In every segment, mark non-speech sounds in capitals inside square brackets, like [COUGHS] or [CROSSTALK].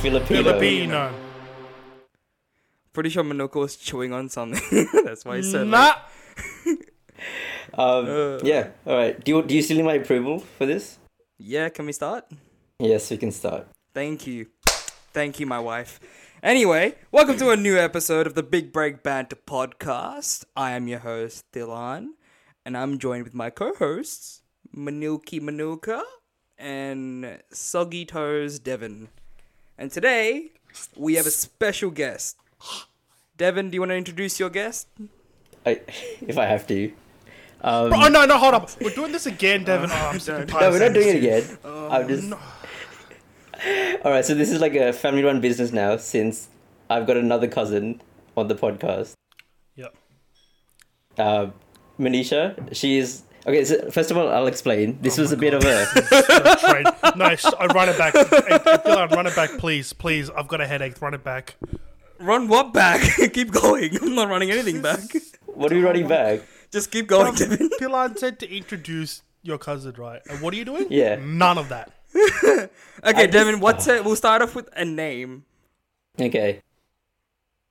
Filipino. Filipino. Pretty sure Minoko was chewing on something. [LAUGHS] That's why I said. like, Not. Uh. Uh. Um, yeah. All right. Do you do you still need my approval for this? yeah, can we start? Yes, we can start. Thank you. Thank you, my wife. Anyway, welcome to a new episode of the Big Break Banter podcast. I am your host, Thilan, and I'm joined with my co hosts, Manilki Manuka and Soggy Toes Devon. And today, we have a special guest. Devon, do you want to introduce your guest? I, [LAUGHS] if I have to. Um, Oh no, no, hold up. We're doing this again, Devin. Oh, I'm sick and tired. Uh, no, of we're not saying doing it this to again. you. [LAUGHS] Oh, I'm [LAUGHS] just. All right. So this is like a family-run business now, since I've got another cousin on the podcast. Yep. Uh, Manisha, she is. Okay, so first of all, I'll explain. Oh This was a bit of a. Trade. No, I run it back. Hey, hey, Dylan, run it back, please, please. I've got a headache. Run it back. Run what back? [LAUGHS] keep going. I'm not running anything back. [LAUGHS] What are we [LAUGHS] Oh running back? Just keep going, Devon. Dylan said to introduce your cousin, right? And what are you doing? Yeah. None of that. [LAUGHS] Okay, Devon, what's it? We'll start off with a name. Okay.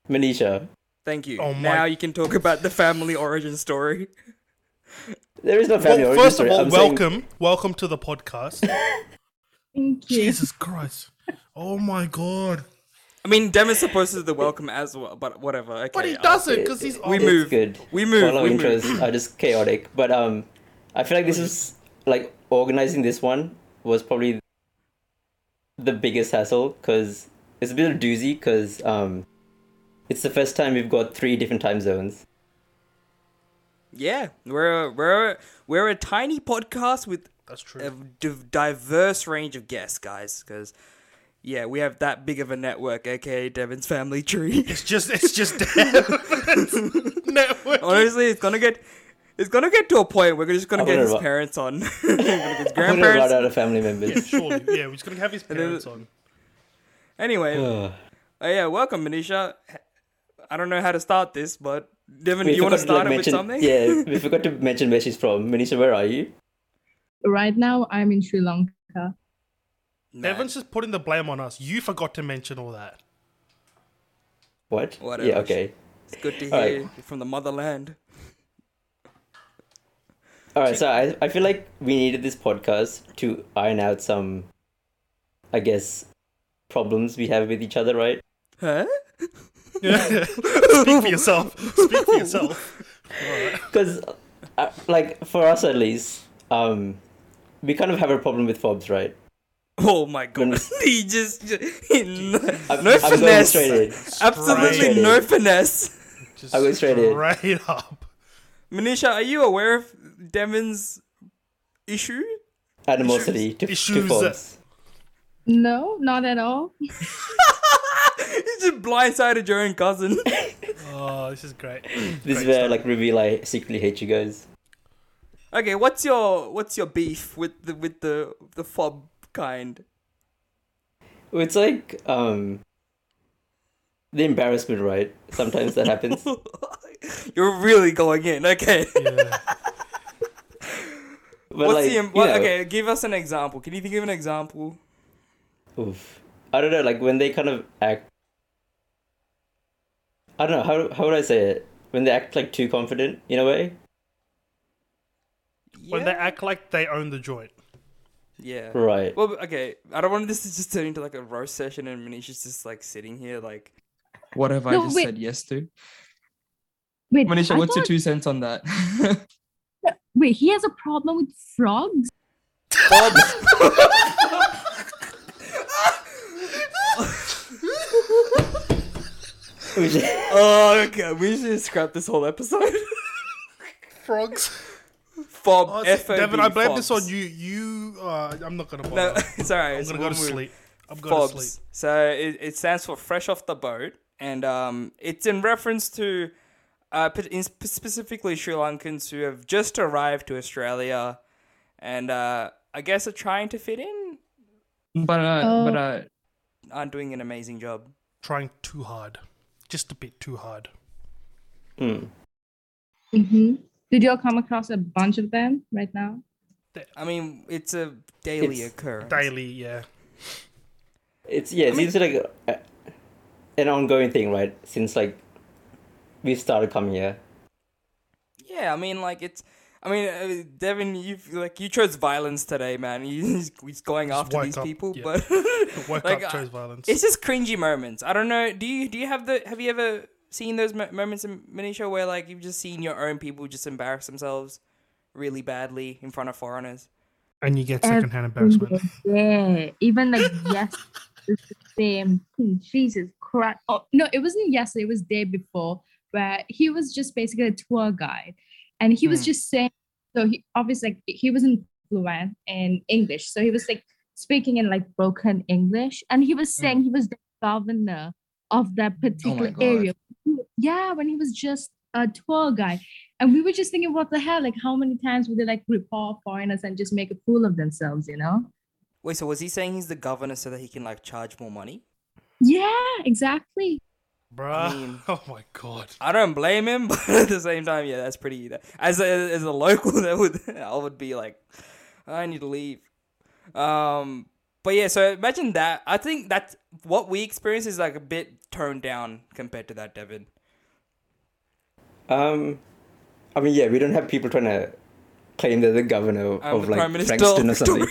Manisha. Thank you. Oh my- Now you can talk about the family origin story. [LAUGHS] There is no family Well, origin first of story. all, I'm saying- welcome, welcome to the podcast. Thank you. Jesus Christ! Oh my God! I mean, Dem is supposed to do the welcome as well, but whatever. Okay, Uh, But he I'll- doesn't because he's. We old. It's move. good. We move, Follow we intros are just chaotic. But um, I feel like this is like organizing this one was probably the biggest hassle because it's a bit of a doozy because um, it's the first time we've got three different time zones. Yeah, we're a, we're a, we're a tiny podcast with That's true. a div- diverse range of guests, guys. Because yeah, we have that big of a network, aka Devin's family tree. [LAUGHS] It's just it's just [LAUGHS] [LAUGHS] network. Honestly, it's gonna get it's gonna get to a point where we're just gonna I get wouldn't his ru- parents on, [LAUGHS] We're gonna get his I'm gonna run grandparents. out of family members. Surely, yeah. We're just gonna have his parents on. Anyway, Ugh. uh, yeah, welcome, Manisha. I don't know how to start this, but Devin, We [LAUGHS] do you want to forgot like, start it with mention- something? Yeah, we forgot to mention where she's from. Manisha, where are you? Right now, I'm in Sri Lanka. Nah, Devin's just putting the blame on us. You forgot to mention all that. What? Whatever. Yeah, okay. it's good to All right. hear from the motherland. All right, so I, I feel like we needed this podcast to iron out some, I guess, problems we have with each other, right? Huh? [LAUGHS] Speak for yourself. Speak for yourself. Because, uh, like, for us at least, um, we kind of have a problem with fobs, right? Oh my When- god. [LAUGHS] he just, just- he- no, I'm, no I'm going finesse. straight in. [LAUGHS] Absolutely Straight no in. finesse. Just I went straight in. Straight up. Manisha, are you aware of Devin's issue? Animosity to, to Issues. fobs. No, not at all. You just blindsided your [LAUGHS] own cousin. Oh, this is great. This is where, like, reveal I secretly hate you guys. okay, what's your what's your beef with the with the the fob kind? [LAUGHS] It's like, um, the embarrassment, right? Sometimes that [LAUGHS] happens. You're really going in. Okay. Yeah. But, What's like, the you em- what, know, okay? Give us an example. Can you think of an example? Oof. I don't know, like when they kind of act. I don't know how how would I say it when they act like too confident in a way. When they act like they own the joint. Yeah. Right. Well, okay. I don't want this to just turn into like a roast session, and Manisha's just like sitting here, like. What have I No, just wait. said yes to? [LAUGHS] Wait, I thought- two cents on [LAUGHS] that? wait, he has a problem with frogs? We should- oh, okay. We should just scrap this whole episode. [LAUGHS] Frogs. [LAUGHS] Fob. Oh, see, F-O-B, Devin, I blame this fobs. [LAUGHS] on you. You. Uh, I'm not gonna bother. No, it's alright. I'm it's gonna go to one word. sleep. I'm going to Fobs. sleep. So it, it stands for fresh off the boat, and um, it's in reference to uh, p- in sp- specifically Sri Lankans who have just arrived to Australia, and uh, I guess are trying to fit in, But uh, but Oh. uh, aren't doing an amazing job. Trying too hard. Just a bit too hard. [LAUGHS] Hmm. hmm Did y'all come across a bunch of them right now? I mean, it's a daily It's occurrence. Daily, yeah. It's yeah. It seems like a, an ongoing thing, right? Since like we started coming here. Yeah, I mean, like it's. I mean, uh, Devin, you like you chose violence today, man. [LAUGHS] He's, he's going after woke these up, people, yeah. but [LAUGHS] Woke like, up, I- chose violence. it's just cringy moments. I don't know. Do you do you have the? Have you ever seen those mo- moments in Miniature where like you've just seen your own people just embarrass themselves really badly in front of foreigners? And you get Every secondhand [LAUGHS] embarrassment. Mm, Yeah, even [LAUGHS] like yes, it's the same. thing. Jesus Christ! Oh no, it wasn't yesterday. It was day before, where he was just basically a tour guide, and he was Hmm. just saying. So he obviously like, he wasn't fluent in English, so he was like speaking in like broken English, and he was saying he was the governor of that particular God. area. Yeah, when he was just a tour guide. And we were just thinking, what the hell? Like, how many times would they like report foreigners and just make a fool of themselves, you know? Wait, so was he saying he's the governor so that he can like charge more money? Yeah, exactly. Bruh. I mean- [LAUGHS] oh my god. I don't blame him, [LAUGHS] but at the same time, yeah, that's pretty. that- As a, as a local, [LAUGHS] that would I would be like, I need to leave. Um, but yeah, so imagine that. I think that's what we experience is like a bit toned down compared to that, Devin. Um, I mean, yeah, we don't have people trying to claim they're the governor I'm of Um, the Prime like Minister Frankston or of something.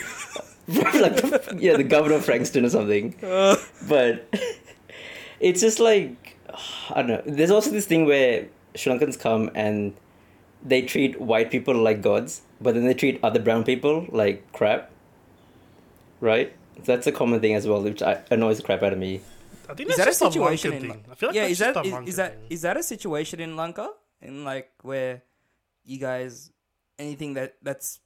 [LAUGHS] like, the- yeah, the governor of Frankston or something. Uh, but it's just like I don't know. There's also this thing where Sri Lankans come and they treat white people like gods, but then they treat other brown people like crap. Right? That's a common thing as well, which I, annoys the crap out of me. I think that's is that a just a situation Lankan in? thing. I feel like yeah, that's is that just a is, Lankan is that thing. is that a situation in Lanka in like where you guys anything that that's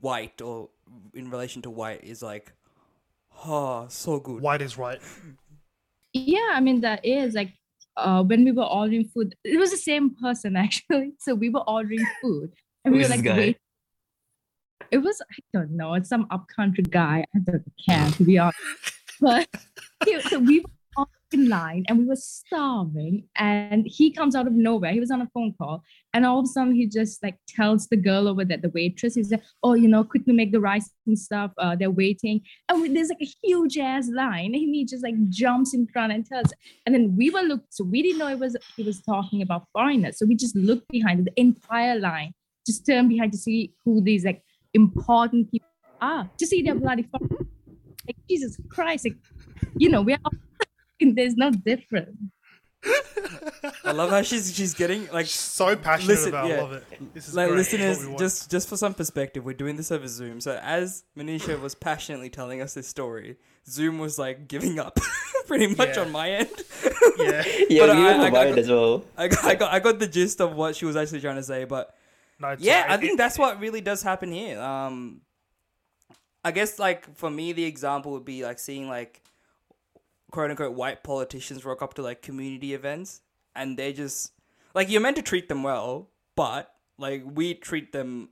white or in relation to white is like, oh, so good. White is right. Yeah, I mean, that is like uh, when we were ordering food, it was the same person [LAUGHS] actually. So we were ordering food and we Who is were this like, guy? wait. It was, I don't know, it's some upcountry guy. I don't care, to be honest. But he- so we were all in line and we were starving. And he comes out of nowhere. He was on a phone call. And all of a sudden, he just like tells the girl over there, the waitress, he's like, oh, you know, quickly make the rice and stuff. Uh, they're waiting. And we- Oh, there's like a huge ass line. And he just like jumps in front and tells. And then we were looked, so we didn't know it was he was talking about foreigners. So we just looked behind the entire line, just turned behind to see who these like important people are, to see their bloody foreigners. Like Jesus Christ, like you know, [LAUGHS] we're there's no difference. I love how she's [LAUGHS] she's getting like So passionate Listen, about yeah. I love it. This is like great. This is what listeners we want. just just for some perspective, we're doing this over Zoom. So as Manisha was passionately telling us this story, Zoom was like giving up [LAUGHS] pretty much Yeah. on my end. Yeah. [LAUGHS] Yeah, But we I- were I- I worried got- as well. I got, I got I got the gist of what she was actually trying to say, but No, it's yeah, alright. I It- think it- that's what really does happen here. Um, I guess like for me, the example would be like seeing like quote unquote white politicians rock up to like community events, and they just like you're meant to treat them well, but like we treat them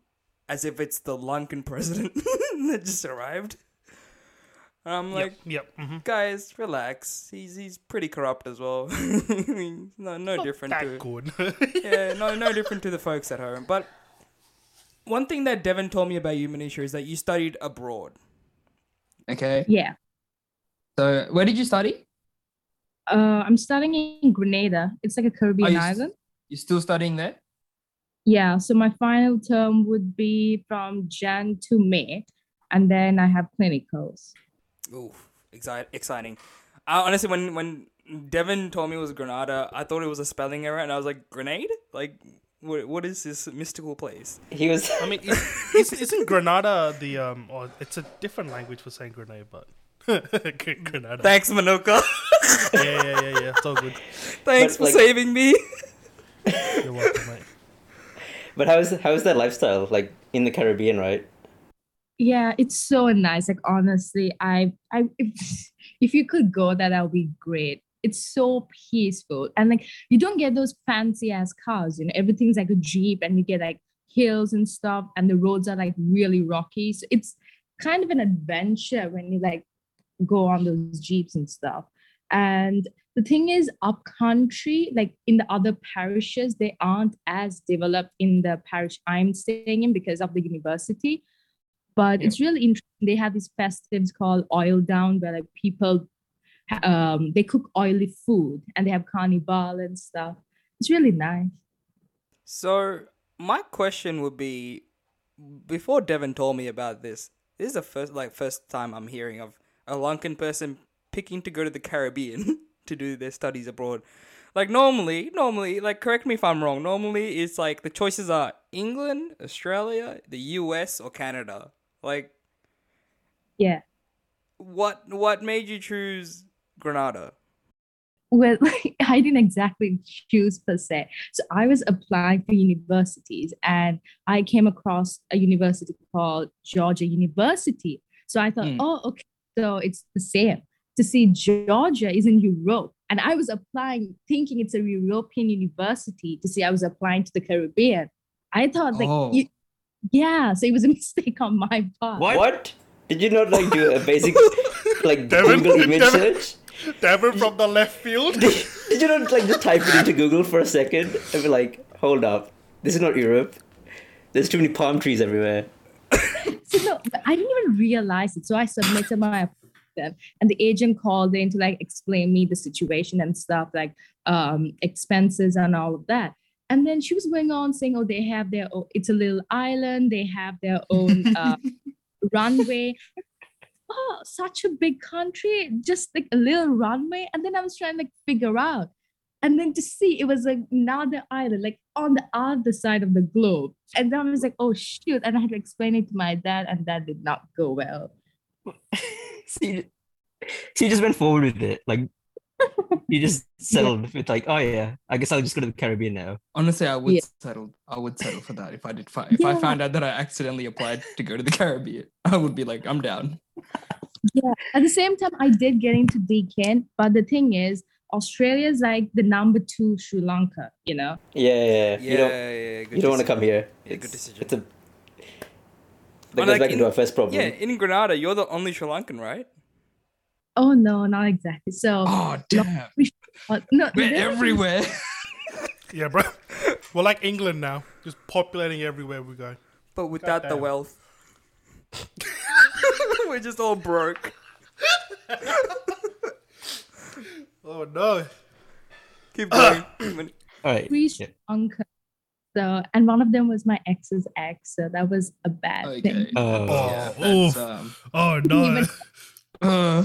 as if it's the Lankan [LAUGHS] president that just arrived. And I'm like, Yep. yep mhm. guys, relax. He's he's pretty corrupt as well. [LAUGHS] no, no different. to- That [LAUGHS] good. yeah, no, no different to the folks at home. But one thing that Devin told me about you, Manisha, is that you studied abroad. Okay. Yeah. So where did you study? Uh, I'm studying in Grenada. It's like a Caribbean you s- island. You're still studying there? Yeah, so my final term would be from Jan to May, and then I have clinicals. Ooh, exci- exciting. I, honestly, when when Devin told me it was Granada, I thought it was a spelling error, and I was like, Grenade? Like, what, what is this mystical place? He was I mean, is, is, not Granada the um? Or it's a different language for saying Grenada, but [LAUGHS] Granada. Thanks, Manuka. yeah, yeah, yeah, yeah. It's all good. Thanks for like- saving me. You're welcome, mate. but how is how is that lifestyle? Like in the Caribbean, right? Yeah, it's so nice. Like honestly, I I if, [LAUGHS] if you could go there, that would be great. It's so peaceful. And like you don't get those fancy ass cars, you know, everything's like a Jeep and you get like hills and stuff, and the roads are like really rocky. So it's kind of an adventure when you like go on those Jeeps and stuff. And the thing is, up country, like in the other parishes, they aren't as developed in the parish I'm staying in because of the university But it's really interesting. They have these festives called oil down, where like people ha- um, they cook oily food and they have carnival and stuff. It's really nice. So my question would be, before Devin told me about this, this is the first like first time I'm hearing of a Lankan person picking to go to the Caribbean [LAUGHS] to do their studies abroad. Like normally, normally, like correct me if I'm wrong. Normally, it's like the choices are England, Australia, the U.S. or Canada. Like, Yeah. what what made you choose Grenada? well [LAUGHS] like, i didn't exactly choose per se so i was applying for universities and i came across a university called georgia university so i thought Mm. oh okay so it's the same to see georgia is in europe and i was applying thinking it's a european university to see i was applying to the caribbean i thought like Oh. you- yeah so it was a [LAUGHS] mistake on my part What? Did you not like do a [LAUGHS] basic like Devin, Google image Devin. search? Devin from the left [LAUGHS] field. Did, did you not like just type it into Google for a second and be like, hold up, this is not Europe. There's too many palm trees everywhere. So no, but I didn't even realize it. So I submitted my application, and the agent called in to like explain me the situation and stuff, like um, expenses and all of that. And then she was going on saying, "Oh, they have their own. It's a little island. They have their own uh, runway." Oh, such a big country, just like a little runway. And then I was trying to like figure out, and then to see it was like another island, like on the other side of the globe. And then I was like, oh shoot. And I had to explain it to my dad, and that did not go well. [LAUGHS] so, you, so you just went forward with it. Like you just settled with like, oh yeah, I guess I'll just go to the Caribbean now. Honestly, I would Yeah. settle. I would settle for that if I did. Fi- if I Yeah. found out that I accidentally applied to go to the Caribbean, I would be like, I'm down. At the same time, I did get into Deakin, but the thing is, Australia is like the number two Sri Lanka, you know? Yeah, yeah. yeah. Yeah, you don't yeah, yeah, good you don't want to decision. come here. Yeah, good It's- decision. It's a that Well, goes like back in- into our first problem. Yeah, in Grenada, you're the only Sri Lankan, right? Oh no, not exactly. So [GASPS] Oh damn! uh, no, We're there [LAUGHS] was- everywhere. [LAUGHS] Yeah, bro. We're like England now, just populating everywhere we go. But without the Goddamn. wealth, [LAUGHS] we're just all broke. Oh no. Keep going. All right. Three Sri Lanka. So, and one of them was my ex's ex. So that was a bad thing. Okay. Uh, Yeah, Oh, oof. that's, um, Oh no. even- uh,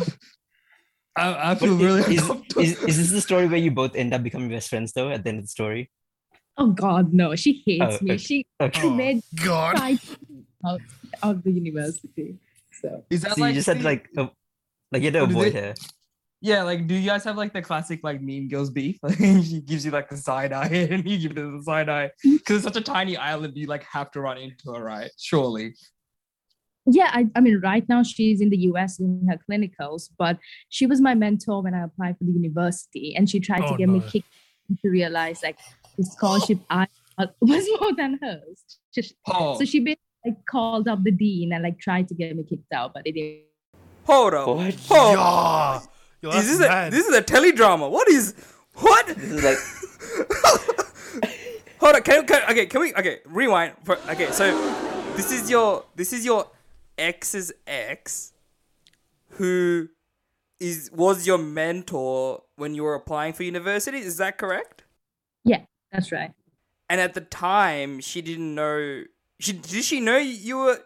I, I feel but [LAUGHS] really is, uncomfortable. is, is this the story where you both end up becoming best friends though at the end of the story? Oh God, no. She hates Oh, me. okay. She Okay. Oh, made God. [LAUGHS] five out of the university. So Is that so you just had to, the- like a, like you had to What is avoid it? her. Yeah, like, do you guys have like the classic like mean girls beef? [LAUGHS] Like, she gives you like the side eye, [LAUGHS] and you give her the side eye Mm. because it's such a tiny island. You like have to run into her, right? Surely. yeah I, I mean right now she's in the us in her clinicals but she was my mentor when i applied for the university and she tried Oh, to get me no. kicked to realize like the scholarship i got [LAUGHS] was more than hers Just- Oh, so she basically like, called up the dean and like tried to get me kicked out but it didn't Hold up. What? Hold up. Yeah. Yo, that's Oh. Is this a, mad. this is a teledrama. What is what? This is [LAUGHS] like Hold on. Can, can okay? Can we okay? Rewind. For, okay, so this is your this is your ex's ex, who is was your mentor when you were applying for university. Is that correct? yeah that's right And at the time, she didn't know. She did she know you were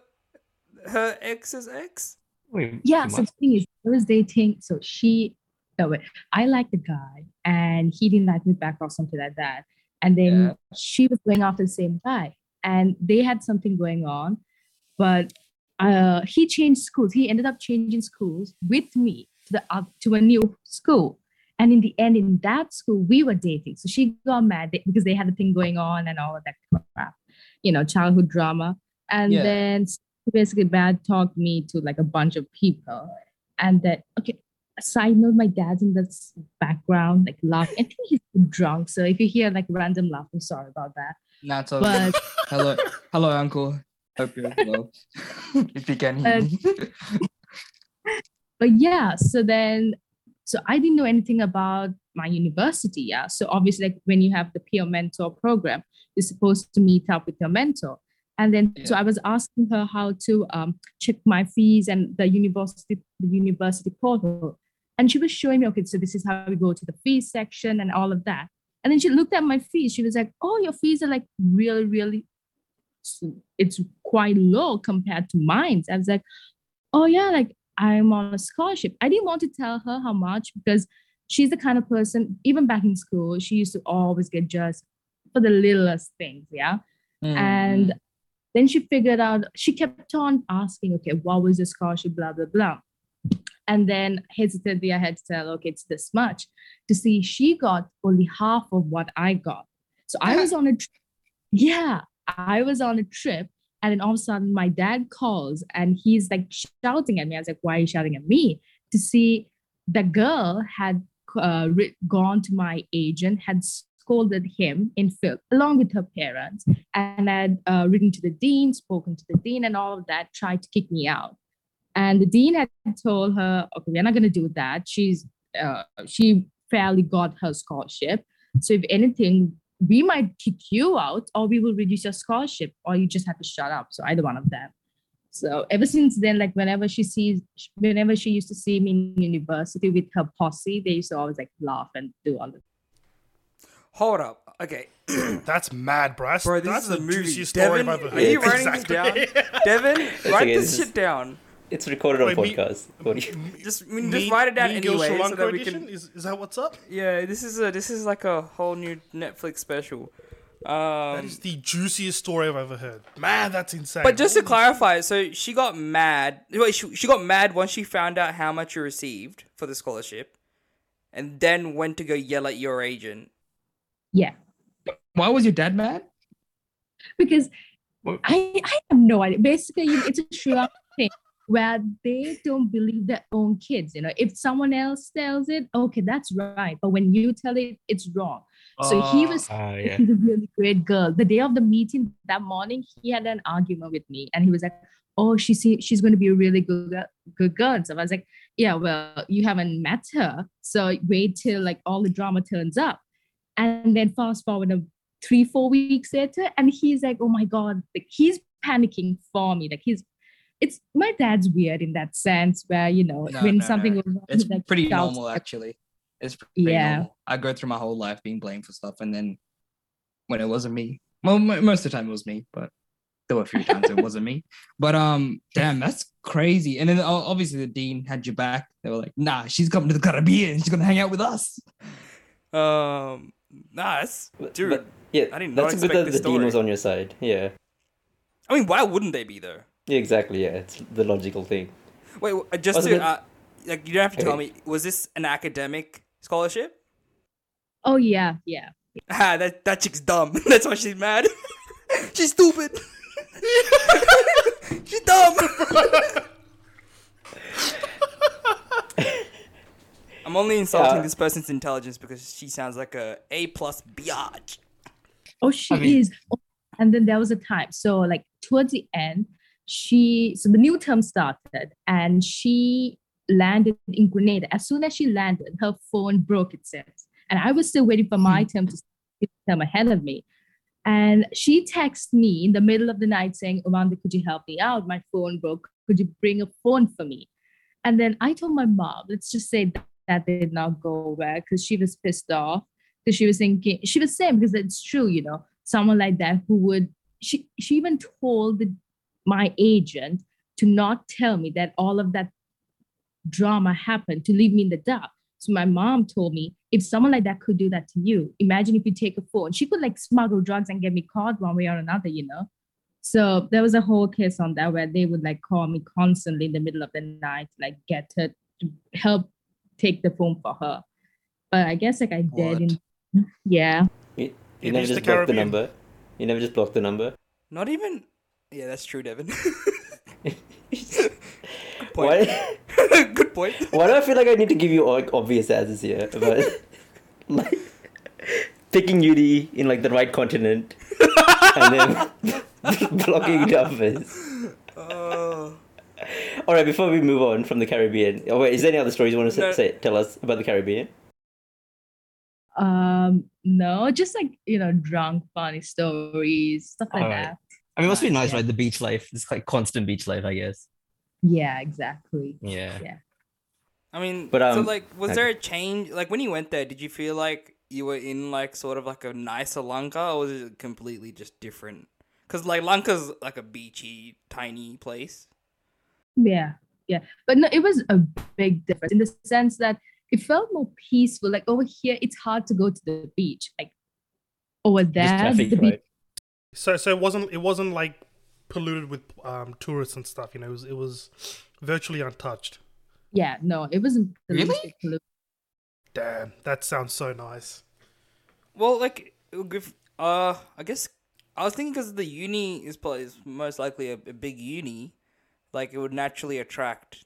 her ex's ex? wait, yeah she so must- the thing is i was dating so she no wait i liked the guy and he didn't like me back or something like that and then Yeah. she was going after the same guy and they had something going on but uh, he changed schools he ended up changing schools with me to the oth- to a new school and in the end in that school we were dating so she got mad that- because they had a thing going on and all of that crap you know childhood drama and Yeah. then she basically bad talked me to like a bunch of people and that okay side note my dad's in the s- background like laughing i think he's drunk so if you hear like random laughing sorry about that nah, it's all good. but hello, hello, uncle. Hope [LAUGHS] you're well. if you can hear Uh, [LAUGHS] me. but yeah so then so i didn't know anything about my university yeah so obviously like when you have the peer mentor program you're supposed to meet up with your mentor And then so I was asking her how to um, check my fees and the university the university portal. And she was showing me, okay, so this is how we go to the fees section and all of that. And then she looked at my fees. She was like, oh, your fees are like really, really, it's quite low compared to mine. I was like, oh, yeah, like I'm on a scholarship. I didn't want to tell her how much because she's the kind of person, even back in school, she used to always get judged for the littlest things. Yeah. Mm-hmm. And then she figured out, she kept on asking, okay, what was the scholarship, blah, blah, blah. And then hesitantly, I had to tell, okay, it's this much. To see, she got only half of what I got. So I was on a, tr- yeah, I was on a trip. And then all of a sudden, my dad calls and he's like shouting at me. I was like, why are you shouting at me? To see the girl had uh, writ- gone to my agent, had scolded him in Phil, along with her parents, and had uh, written to the dean, spoken to the dean, and all of that, tried to kick me out. And the dean had told her, "Okay, we're not going to do that. She's uh, she fairly got her scholarship. So if anything, we might kick you out, or we will reduce your scholarship, or you just have to shut up." So either one of them. So ever since then, like whenever she sees, whenever she used to see me in university with her posse, they used to always like laugh and do all the Hold up. Okay. That's mad, bro. That's, Bro, this that's is a movie. juicy story Devin, by the are you Yeah, writing [LAUGHS] this down? Devin, write okay, this this is- shit down. It's recorded on Wait, me- podcast. What do you- Just, we just write it down anyway, Sri so Lanka that we edition? can. Is, is that what's up? Yeah, this is a this is like a whole new Netflix special. Um, It's the juiciest story I've ever heard. Man, that's insane. But just to clarify, so she got mad. Wait, she, she got mad once she found out how much you received for the scholarship, and then went to go yell at your agent. yeah. Why was your dad mad? because What? I, I have no idea. Basically, you- it's a Sri Lankan thing where they don't believe their own kids. You know, if someone else tells it, okay, that's right. But when you tell it, it's wrong. So he was Ah, yeah. she's a really great girl. The day of the meeting that morning, he had an argument with me, and he was like, "Oh, she see, she's going to be a really good girl- good girl." And so I was like, "Yeah, well, you haven't met her, so wait till like all the drama turns up." And then fast forward a three four weeks later, and he's like, "Oh my god!" Like he's panicking for me. Like he's, it's my dad's weird in that sense where you know No, when no, something no. goes wrong, It's he, like, pretty shouts normal, at- actually. It's pretty Yeah. normal. I go through my whole life being blamed for stuff, and then when it wasn't me, well, m- most of the time it was me, but there were a few times it wasn't [LAUGHS] me. But um, damn, that's crazy. And then o- obviously the dean had your back. They were like, "Nah, she's coming to the Caribbean. She's gonna hang out with us." Um, nah, that's But- dude. but- [LAUGHS] yeah, I did not that's good expect that the this dean was story. on your side. Yeah. I mean, why wouldn't they be though? Yeah, exactly. Yeah, it's the logical thing. Wait, w- just Also, to but- uh, like, you don't have to tell Okay. me. Was this an academic scholarship? Oh yeah, yeah. Ah, that that chick's dumb. [LAUGHS] That's why she's mad. she's stupid. [LAUGHS] she's dumb. [LAUGHS] I'm only insulting Yeah. this person's intelligence because she sounds like a A plus biatch. Oh, she I mean- is. And then there was a time. So, like towards the end, she so the new term started, and she landed in Grenada. As soon as she landed, her phone broke itself, and I was still waiting for Hmm. my term to start, term ahead of me. And she texted me in the middle of the night saying, "Amanda, could you help me out? My phone broke. Could you bring a phone for me?" And then I told my mom, let's just say that, that did not go well because she was pissed off because she was thinking she was saying because it's true, you know, someone like that who would she she even told the, my agent to not tell me that all of that drama happened to leave me in the dark. So my mom told me if someone like that could do that to you, imagine if you take a phone. She could like smuggle drugs and get me caught one way or another, you know. So there was a whole case on that where they would like call me constantly in the middle of the night, like get her to help take the phone for her. But I guess like I What? did in yeah. You, It you never is the just blocked the Caribbean. number. You never just blocked the number. Not even. Yeah, that's true, Devin. [LAUGHS] Good point. Why? [LAUGHS] Good point. Why do I feel like I need to give you like obvious answers here? [LAUGHS] But like picking UD in like the right continent and then [LAUGHS] blocking numbers. Oh. All right, before we move on from the Caribbean, oh wait, is there any other stories you want to No. say, tell us about the Caribbean? Um no, just like you know, drunk funny stories, stuff like Alright. that. I mean, it must be Nice, nice, yeah. right? The beach life. It's like constant beach life, I guess. Yeah, exactly. Yeah. I mean, But, so um, like, was I- there a change? Like when you went there, did you feel like you were in like sort of like a nicer Lanka, or was it completely just different? Because like Lanka's like a beachy, tiny place. Yeah, yeah. But no, it was a big difference in the sense that it felt more peaceful. Like over here, it's hard to go to the beach. Like over there, Just traffic, the beach. right? So so it wasn't it wasn't like polluted with um, tourists and stuff. You know, it was, it was virtually untouched. Yeah, no, it wasn't. Really? polluted, polluted. Damn, that sounds so nice. Well, like, if, uh, I guess I was thinking because the uni is probably is most likely a, a big uni, like it would naturally attract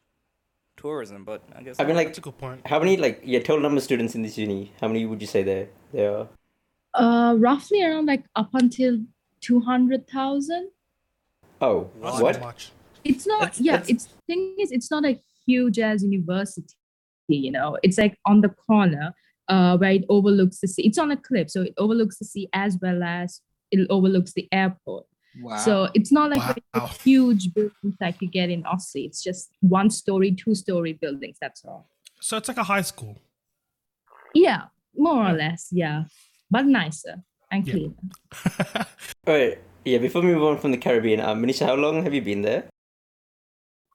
tourism. But I guess I mean, not. like, That's a good point. how many, like, yeah, total number of students in this uni? How many would you say there there are? Uh, roughly around like up until two hundred thousand. Oh, That's what? not Much. It's not. That's- yeah, that's- it's thing is, it's not a huge as university. You know, it's like on the corner, uh, where it overlooks the sea. It's on a cliff, so it overlooks the sea as well as it overlooks the airport. Wow. So it's not like Wow. the huge buildings like you get in Aussie. It's just one story, two story buildings. That's all. So it's like a high school. Yeah, more or less. Yeah, but nicer and Yeah. cleaner. All right. Yeah, before we move on from the Caribbean, um, Manisha, how long have you been there?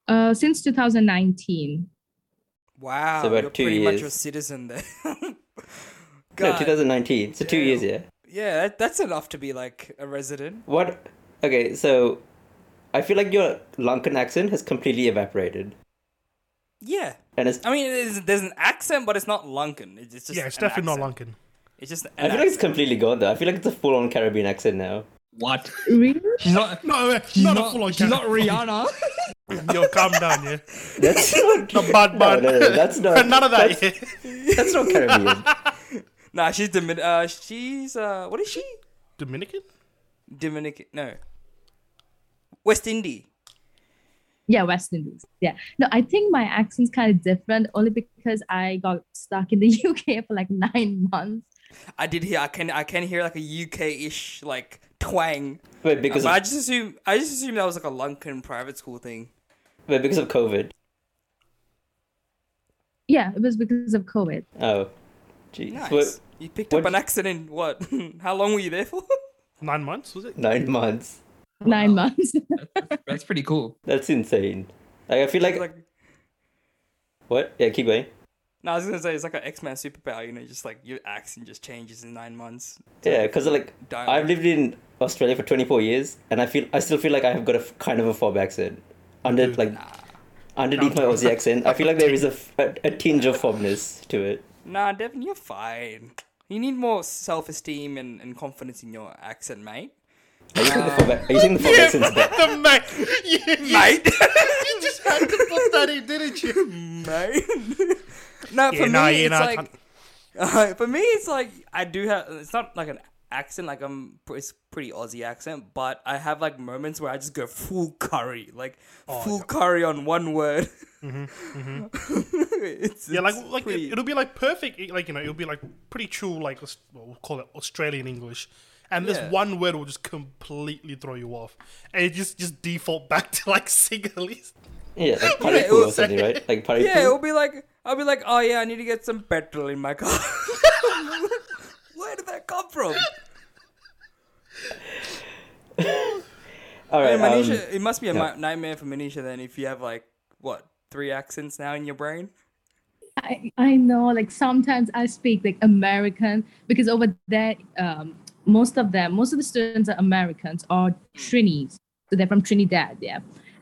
Uh, since 2019. wow, about you're two pretty much a years. citizen there. [LAUGHS] No, God, 2019. So two damn. years, yeah. yeah, that, that's enough to be like a resident. What? Okay, so I feel like your Lankan accent has completely evaporated, Yeah, and it's. I mean, there's, there's an accent, but it's not Lunken. It's it's just yeah, it's an definitely accent. not Lankan. It's just an I feel like it's completely gone though. I feel like it's a full-on Caribbean accent now. what? Really? She's not. No, She's not, not, a full on she's not [LAUGHS] Rihanna. Yo, calm down, yeah. That's not. [LAUGHS] Not bad, no, bad. no, no, that's [LAUGHS] not. None of that. That's, Yeah. that's not Caribbean. nah, she's Dominican. Uh, she's uh, what is she? [LAUGHS] Dominican? Dominican? No, West Indie. Yeah, West Indies. Yeah. No, I think my accent's kind of different only because I got stuck in the [LAUGHS] UK for like nine months. I did hear. I can. I can hear like a UK-ish like twang. Wait, because But I of, just assume. I just assume that was like a Lunken private school thing. wait, because of COVID. Yeah, it was because of COVID. Oh, jeez. Nice. What- you picked what up an d- accent in what? [LAUGHS] How long were you there for? [LAUGHS] Nine months, was it? nine months. Nine months. [LAUGHS] That's pretty cool. That's insane. Like I feel like, It's like what? Yeah, keep going. no, I was gonna say it's like an X Men superpower. You know, just like your accent just changes in nine months. Yeah, because like dialect. I've lived in Australia for 24 years, and I feel I still feel like I have got a f- kind of a fob accent under Dude. like underneath my Aussie accent. I feel like there is a, f- a- a tinge of fobness to it. Nah, Devin, you're fine. You need more self-esteem and, and confidence in your accent, mate. Are you saying the fob, ac- are you saying [LAUGHS] the fob accent's back? The mate. [LAUGHS] You, [LAUGHS] Mate. you just had to put that in, didn't you? [LAUGHS] mate. no, Yeah, for nah, me, yeah, it's nah, I like uh, [LAUGHS] for me, it's like I do have. It's not like an accent, like I'm. pr- It's pretty Aussie accent, but I have like moments where I just go full curry, like Oh, full curry on one word. [LAUGHS] it's, Mm-hmm, Yeah, like it's like pretty- it, will be like perfect, it- like you know, it'll be like pretty true, like Aus- well, we'll call it Australian English, and this Yeah. one word will just completely throw you off, and it just just default back to like [LAUGHS] Sinhalese. [LAUGHS] Yeah, oh, like Yeah, it Paripu or was- something, right? Like Paripu. Yeah, it'll be like I'll be like, oh yeah, I need to get some petrol in my car. [LAUGHS] Where did that come from? All Hey, right. Manisha, um, it must be a yeah. mi- nightmare for Manisha then if you have like what three accents now in your brain. I, I know like sometimes i speak like american because over there um, most of them most of the students are americans or trinis so they're from trinidad yeah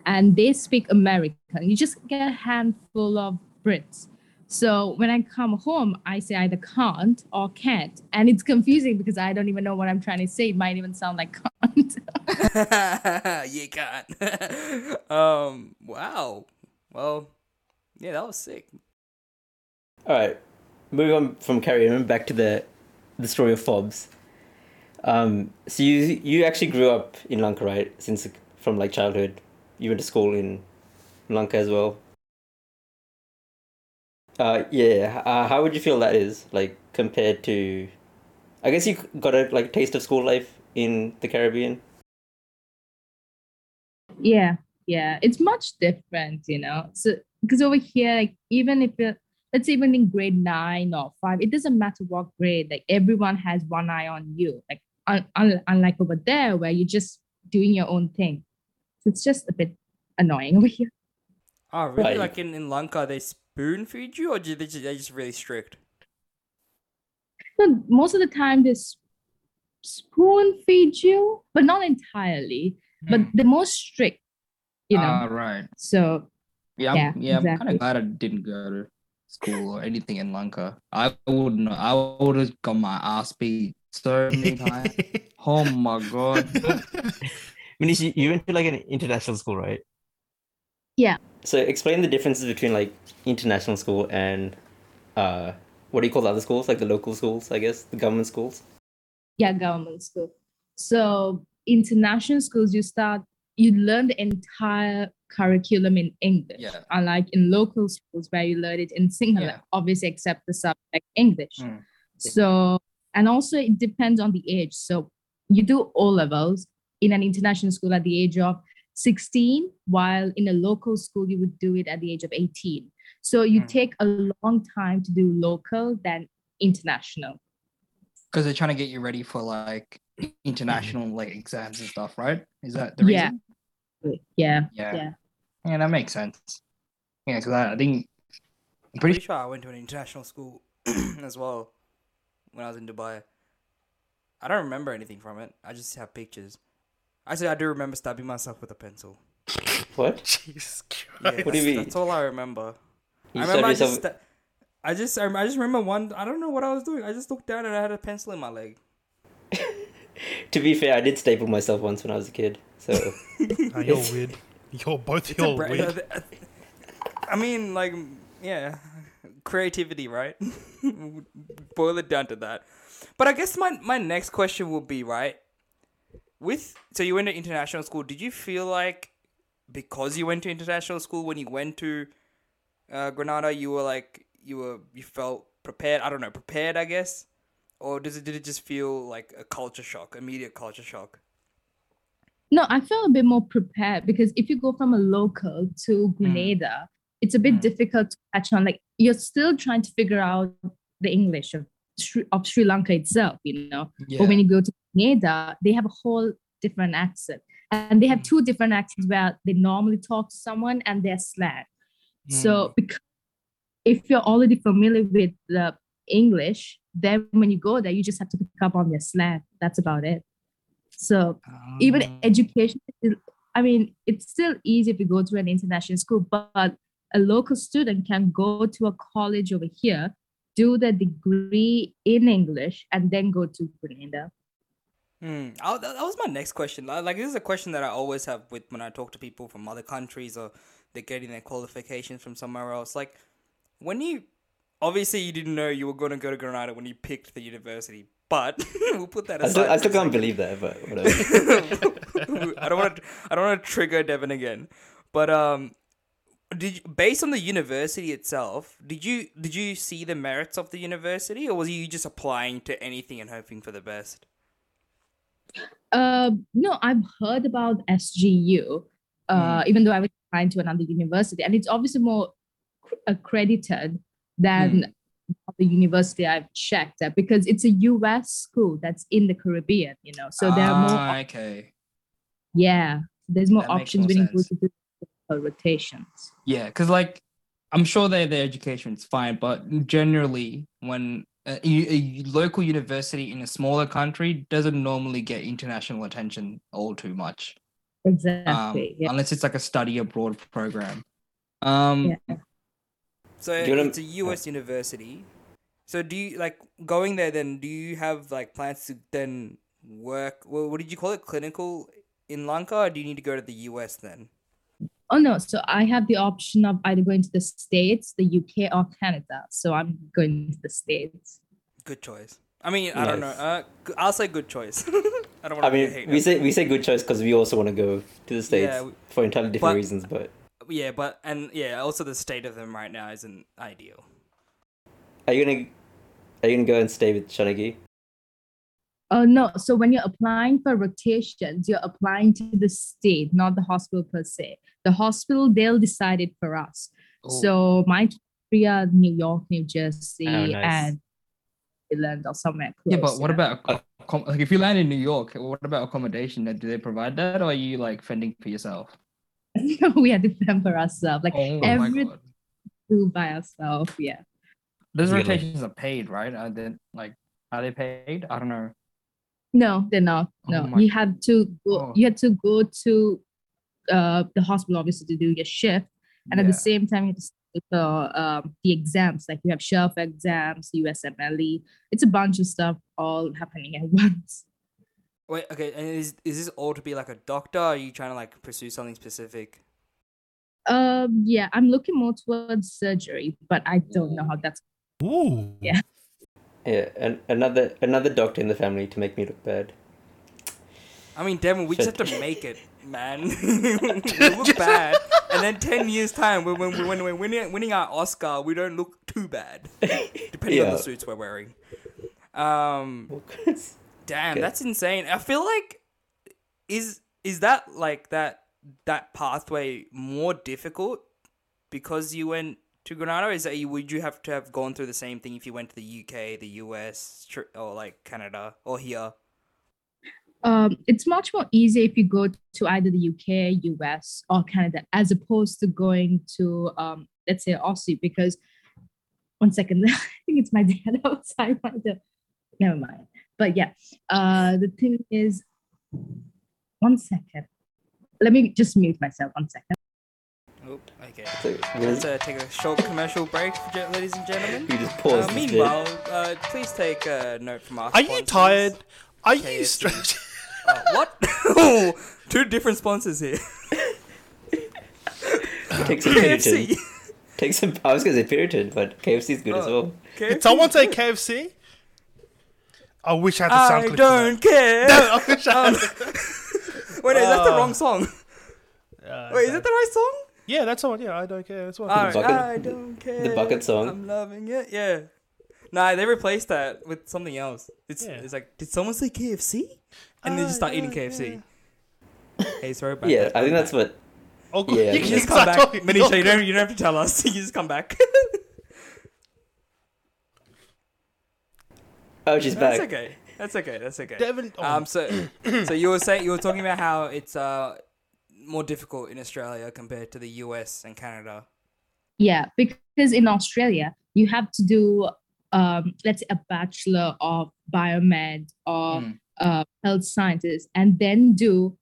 and they speak american you just get a handful of brits so when i come home i say either can't or can't and it's confusing because i don't even know what i'm trying to say it might even sound like [LAUGHS] can't [LAUGHS] you can't. [LAUGHS] um. Wow. Well. Yeah, that was sick. All right, moving on from Caribbean back to the the story of fobs. Um, so you you actually grew up in Lanka, right? Since from like childhood, you went to school in Lanka as well. Uh, yeah. Uh, how would you feel that is like compared to? I guess you got a like taste of school life in the Caribbean. yeah yeah it's much different you know so because over here like even if you're let's say even in grade nine or five it doesn't matter what grade like everyone has one eye on you like un- un- unlike over there where you're just doing your own thing so it's just a bit annoying [LAUGHS] over here Oh, really? Right. Like in, in Lanka, they spoon feed you, or do they just, they're just really strict? So most of the time they s- spoon feed you but not entirely but Mm. the most strict you know Ah, right. so Yeah, Yeah, I'm, yeah. I'm kind exactly. of glad I didn't go to school or anything in Lanka. I would not. I would have got my ass beat so [LAUGHS] many times. oh my god. Manish, you- you went to like an international school, right? So explain the differences between like international school and uh, what do you call the other schools? Like the local schools, I guess, the government schools. yeah government school so international schools you start you learn the entire curriculum in english Yeah. unlike in local schools where you learn it in sinhala Yeah. obviously except the subject english Mm. so and also it depends on the age so you do o levels in an international school at the age of 16 while in a local school you would do it at the age of 18 so you Mm. take a long time to do local than international Because they're trying to get you ready for like international like exams and stuff, right? Is that the Yeah. reason? yeah Yeah. Yeah. Yeah, that makes sense. Yeah, because I, I think I'm pretty Pretty sure I went to an international school [CLEARS THROAT] as well when I was in Dubai. I don't remember anything from it. I just have pictures. Actually, I do remember stabbing myself with a pencil. What? Jesus Yeah, Christ. What do you that's- mean? That's all I remember. You I stabbed remember I yourself- just, sta- I just, I rem- I just remember one. I don't know what I was doing. I just looked down and I had a pencil in my leg. To be fair, I did staple myself once when I was a kid. [LAUGHS] So Nah, you're weird. You're both It's a you're bra- weird. [LAUGHS] I mean, like, yeah, creativity, right? [LAUGHS] Boil it down to that. But I guess my my next question will be right. With so you went to international school. Did you feel like because you went to international school when you went to uh, Granada, you were like you were you felt prepared? I don't know, prepared, I guess. Or does it did it just feel like a culture shock, immediate culture shock? No, I felt a bit more prepared because if you go from a local to Grenada, it's a bit Mm. difficult to catch on. Like you're still trying to figure out the English of Sri, of Sri Lanka itself, you know. yeah. But when you go to Grenada, they have a whole different accent, and they have Mm. two different accents where they normally talk to someone and their slang. Mm. So because if you're already familiar with the English, then when you go there, you just have to pick up on their slang. That's about it. So Um, Mm. even education is- i mean it's still easy if you go to an international school but a local student can go to a college over here do the degree in english and then go to grenada Hmm. I, that that was my next question. Li- Like, this is a question that I always have with when I talk to people from other countries or they're getting their qualifications from somewhere else. Like, when you obviously you didn't know you were going to go to Granada when you picked the university, but [LAUGHS] we'll put that I aside. still, I for still a can't second. believe that, but [LAUGHS] whatever. I don't want to. I don't want to trigger Devin again. But um, did you, based on the university itself, did you did you see the merits of the university, or was you just applying to anything and hoping for the best? uh, no i've heard about sgu uh, even though i was applying to another university and it's obviously more cr- accredited than the university i've checked at because it's a us school that's in the caribbean you know so there are more Ah, okay. Yeah, there's more That makes options more when you go sense. Um, to do uh, rotations. Yeah, because like I'm sure their their education's fine, but generally when a, a local university in a smaller country doesn't normally get international attention all too much, um, Exactly. yeah. unless it's like a study abroad program. Um, Yeah. So Do you wanna- it's a US university. So do you like going there? Then do you have like plans to then work? Well, what did you call it? Clinical in Lanka? Or do you need to go to the US then? Oh no, so I have the option of either going to the States, the UK, or Canada. So I'm going to the States. Good choice. I mean, I don't know. Nice. Uh, g- I'll say good choice. [LAUGHS] I don't want to I be a mean, hater. we say we say good choice because we also want to go to the states Yeah, we- for entirely different but- reasons. But yeah, but and yeah, also the state of them right now isn't ideal. are you gonna are you gonna go and stay with Shanagi? Uh, no, so when you're applying for rotations, you're applying to the state, not the hospital per se. The hospital, they'll decide it for us. oh, So my three are New York, New Jersey, Oh, nice. and England or somewhere close. yeah, but [LAUGHS] what about acco- accom- like if you land in New York? What about accommodation? Then Do they provide that, or are you like fending for yourself? about? we had to plan for ourselves, like oh every- my god, do by ourselves. Yeah. those Really? rotations are paid, right? Are they like are they paid? I don't know. No, they're not. Oh No, my you had to go. God. You had to go to uh, the hospital obviously to do your shift, and at the Yeah. same time you had to study for um, the exams. Like you have shelf exams, USMLE. E. It's a bunch of stuff all happening at [LAUGHS] once. Wait, okay, and is is this all to be like a doctor? Or are you trying to like pursue something specific? Um, yeah, I'm looking more towards surgery, but I don't Mm. know how that's. Ooh. Yeah. Yeah, and another another doctor in the family to make me look bad. [LAUGHS] I mean, Devin, we just Shit. have to make it, [LAUGHS] man. [LAUGHS] we look bad, and then ten years time, when when when we're winning, winning our Oscar, we don't look too [LAUGHS] bad, depending on Yeah. the suits we're wearing. Um, damn, Okay. that's insane. I feel like is is that like that that pathway more difficult because you went to Granada? Is that you would you have to have gone through the same thing if you went to the UK, the US, tr- or like Canada or here? Um, it's much more easy if you go to either the UK, US, or Canada, as opposed to going to um, let's say Aussie. Because one second, [LAUGHS] I think it's my dad [LAUGHS] outside my door. Never mind. But yeah, uh, the thing is, one second. Let me just mute myself. One second. Oh, okay. So, Let's we uh, take a short commercial break, ge- ladies and gentlemen. just Uh, paused. this bit. meanwhile, uh, please take a note from our. Are you sponsors. tired? Are you KFC. stressed? Uh, what? [LAUGHS] Two different sponsors [LAUGHS] here. uh, take [LAUGHS] some Puritan. KFC. Take some. I was gonna say Puritan, but KFC is good as Oh. well. Did someone say KFC? I wish I had the sound I clip. for that. don't care. [LAUGHS] I wish I [LAUGHS] had it. Wait, no, is that the Uh, Ah. wrong song? [LAUGHS] Uh, Wait, is that Uh, the right song? Yeah, that's the one. Yeah, I don't care. That's one. Alright, bucket- I don't care. bucket song. I'm loving it. Yeah. Nah, they replaced that with something else. It's Yeah. it's like, did someone say KFC? And they Ah, just start eating yeah, KFC. Hey, sorry about [LAUGHS] Yeah, that. I think that's what. Oh, good. Yeah, yeah. You can You [LAUGHS] just start come back. talking. Manisha, Oh, you don't, you don't have to tell us. [LAUGHS] You just come back. Oh, she's that's back. okay. That's okay. That's okay. Devin. Oh, Um, so, [COUGHS] so you were saying you were talking about how it's uh more difficult in Australia compared to the US and Canada. Yeah, because in Australia, you have to do, um, let's say, a Bachelor of Biomed or Mm. uh, Health Sciences, and then do,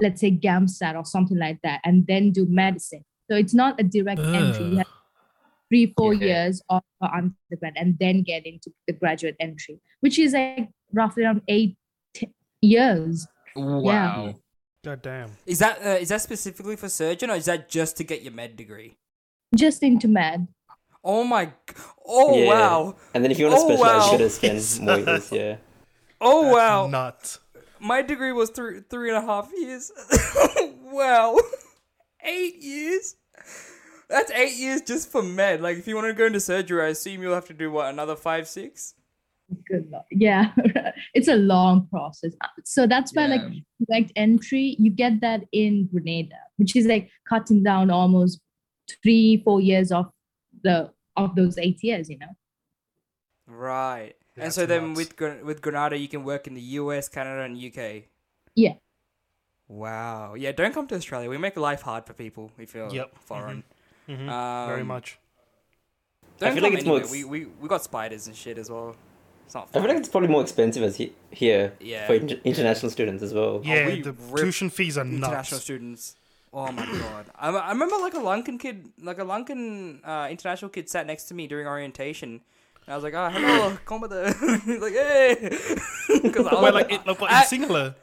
let's say, GAMSAT or something like that, and then do medicine. So it's not a direct entry. You Ugh. have three, four Yeah. years of uh, undergrad and then get into the graduate entry, which is like roughly around eight t- years. Wow. God damn. Is that uh, is that specifically for surgeon or is that just to get your med degree? Just into med. Oh my! g- Oh Yeah. wow! And then if you want to Oh, specialize, wow. you gotta spend [LAUGHS] more years. Yeah. Oh That's wow! Nuts. My degree was three three and a half years. [LAUGHS] wow, eight years. That's eight years just for med. Like if you want to go into surgery, I assume you'll have to do what another five six. Good luck. Yeah, [LAUGHS] it's a long process. So that's why, like, Yeah. direct entry, you get that in Grenada, which is like cutting down almost three, four years of the of those eight years, you know. Right. and That's so then nuts. with Gran- with Granada, you can work in the US, Canada, and UK. Yeah. Wow. Yeah. Don't come to Australia. We make life hard for people if you're Yep. [LAUGHS] foreign. Mhm. Um, Very much. Don't I feel come like it's more anywhere. ex- We, we we got spiders and shit as well. It's not. I Fun. feel like it's probably more expensive as he- here Yeah. for inter- international students as well. Yeah, we the rip tuition fees are international nuts. students. Oh my god! I, I remember like a Lankan kid, like a Lankan uh, international kid, sat next to me during orientation. And I was like, "Ah, hello, komada." [LAUGHS] He's like, "Hey," because I was Well, like, it, like what, in [LAUGHS] I- [LAUGHS] singular.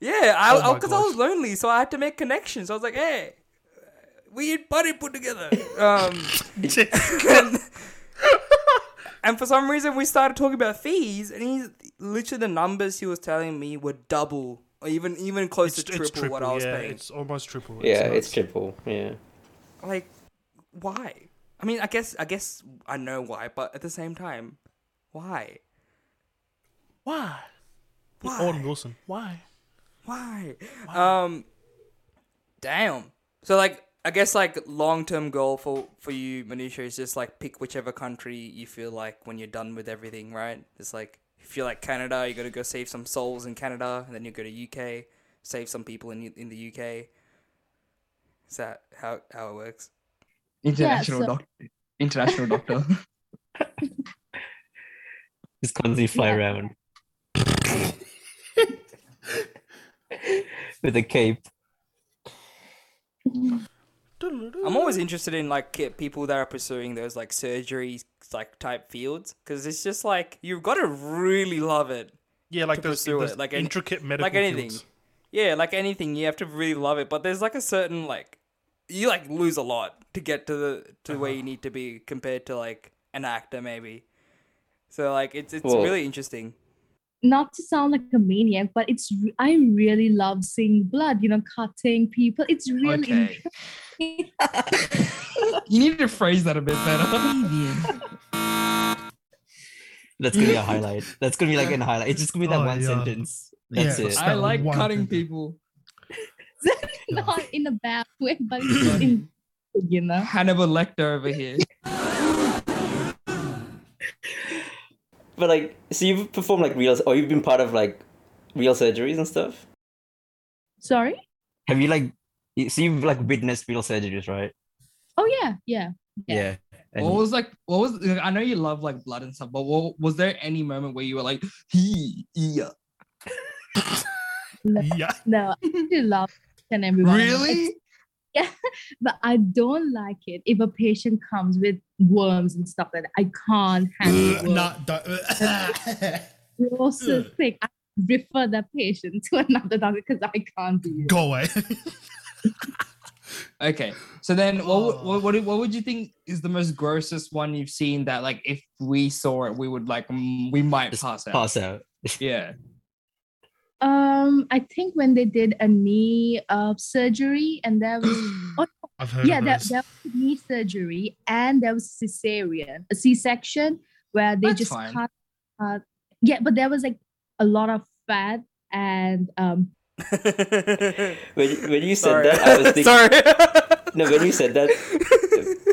yeah, I Oh my because I, was gosh. lonely, so I had to make connections. I was like, "Hey, we eat buddy put together." Um, [LAUGHS] and, and for some reason, we started talking about fees, and he's literally the numbers he was telling me were double or even even close It's, to triple, it's triple. what I was yeah, paying. it's almost triple. Yeah, nuts. it's triple. Yeah. like why i mean i guess i guess i know why but at the same time why Why? with Why? Owen Wilson. Why? Why? Um, damn. So like, I guess like long term goal for for you, Manisha, is just like pick whichever country you feel like when you're done with everything, right? It's like if you like Canada, you got to go save some souls in Canada, and then you go to UK, save some people in in the UK. Is that how how it works? International so- doctor. International doctor. Just constantly fly Yeah. around [LAUGHS] with a cape. I'm always interested in like ki- people that are pursuing those like surgery like type fields because it's just like you've got to really love it Yeah, like to those, pursue those it, like any- intricate medical like anything. fields. Yeah, like anything, you have to really love it. But there's like a certain like you like lose a lot to get to the to where you need to be compared to like an actor maybe. So like it's it's Well- really interesting. [LAUGHS] not to sound like a maniac, but it's re- I really love seeing blood, you know, cutting people. It's really okay. interesting. [LAUGHS] you need to phrase that a bit better. [LAUGHS] That's gonna be a highlight. That's gonna be like an highlight. It's just gonna be that Oh, one yeah. sentence. That's Yeah. it. I That like one cutting thing. people. not [LAUGHS] in a bad way, but it's in, you know. Hannibal Lecter over here. But like, so you've performed like real, or you've been part of like real surgeries and stuff. Sorry. Have you like? you- So you've like witnessed real surgeries, right? Oh yeah, yeah. Yeah. And What was like? What was? like, I know you love like blood and stuff, but what, was there any moment where you were like, he, uh, yeah, Yeah. [LAUGHS] No, [LAUGHS] I really love each and everyone. really? But I don't like it if a patient comes with worms and stuff like that. I can't handle Uh, worms. Not [LAUGHS] do- You're also sick. I refer that patient [LAUGHS] to another doctor because I can't do it. Go [LAUGHS] away. Okay, so then what, would- Oh. what what what would you think is the most grossest one you've seen that like if we saw it we would like mm, we might Just pass out? pass out. Yeah. Um, I think when they did a knee uh, surgery, and there was I've [CLEARS THROAT] heard. yeah, of there, those. there was knee surgery, and there was cesarean, a C-section where they That's just fine. cut. Uh, yeah, but there was like a lot of fat, and um, When when you said Sorry. that, I [LAUGHS] was thinking. Sorry. No, when you said that,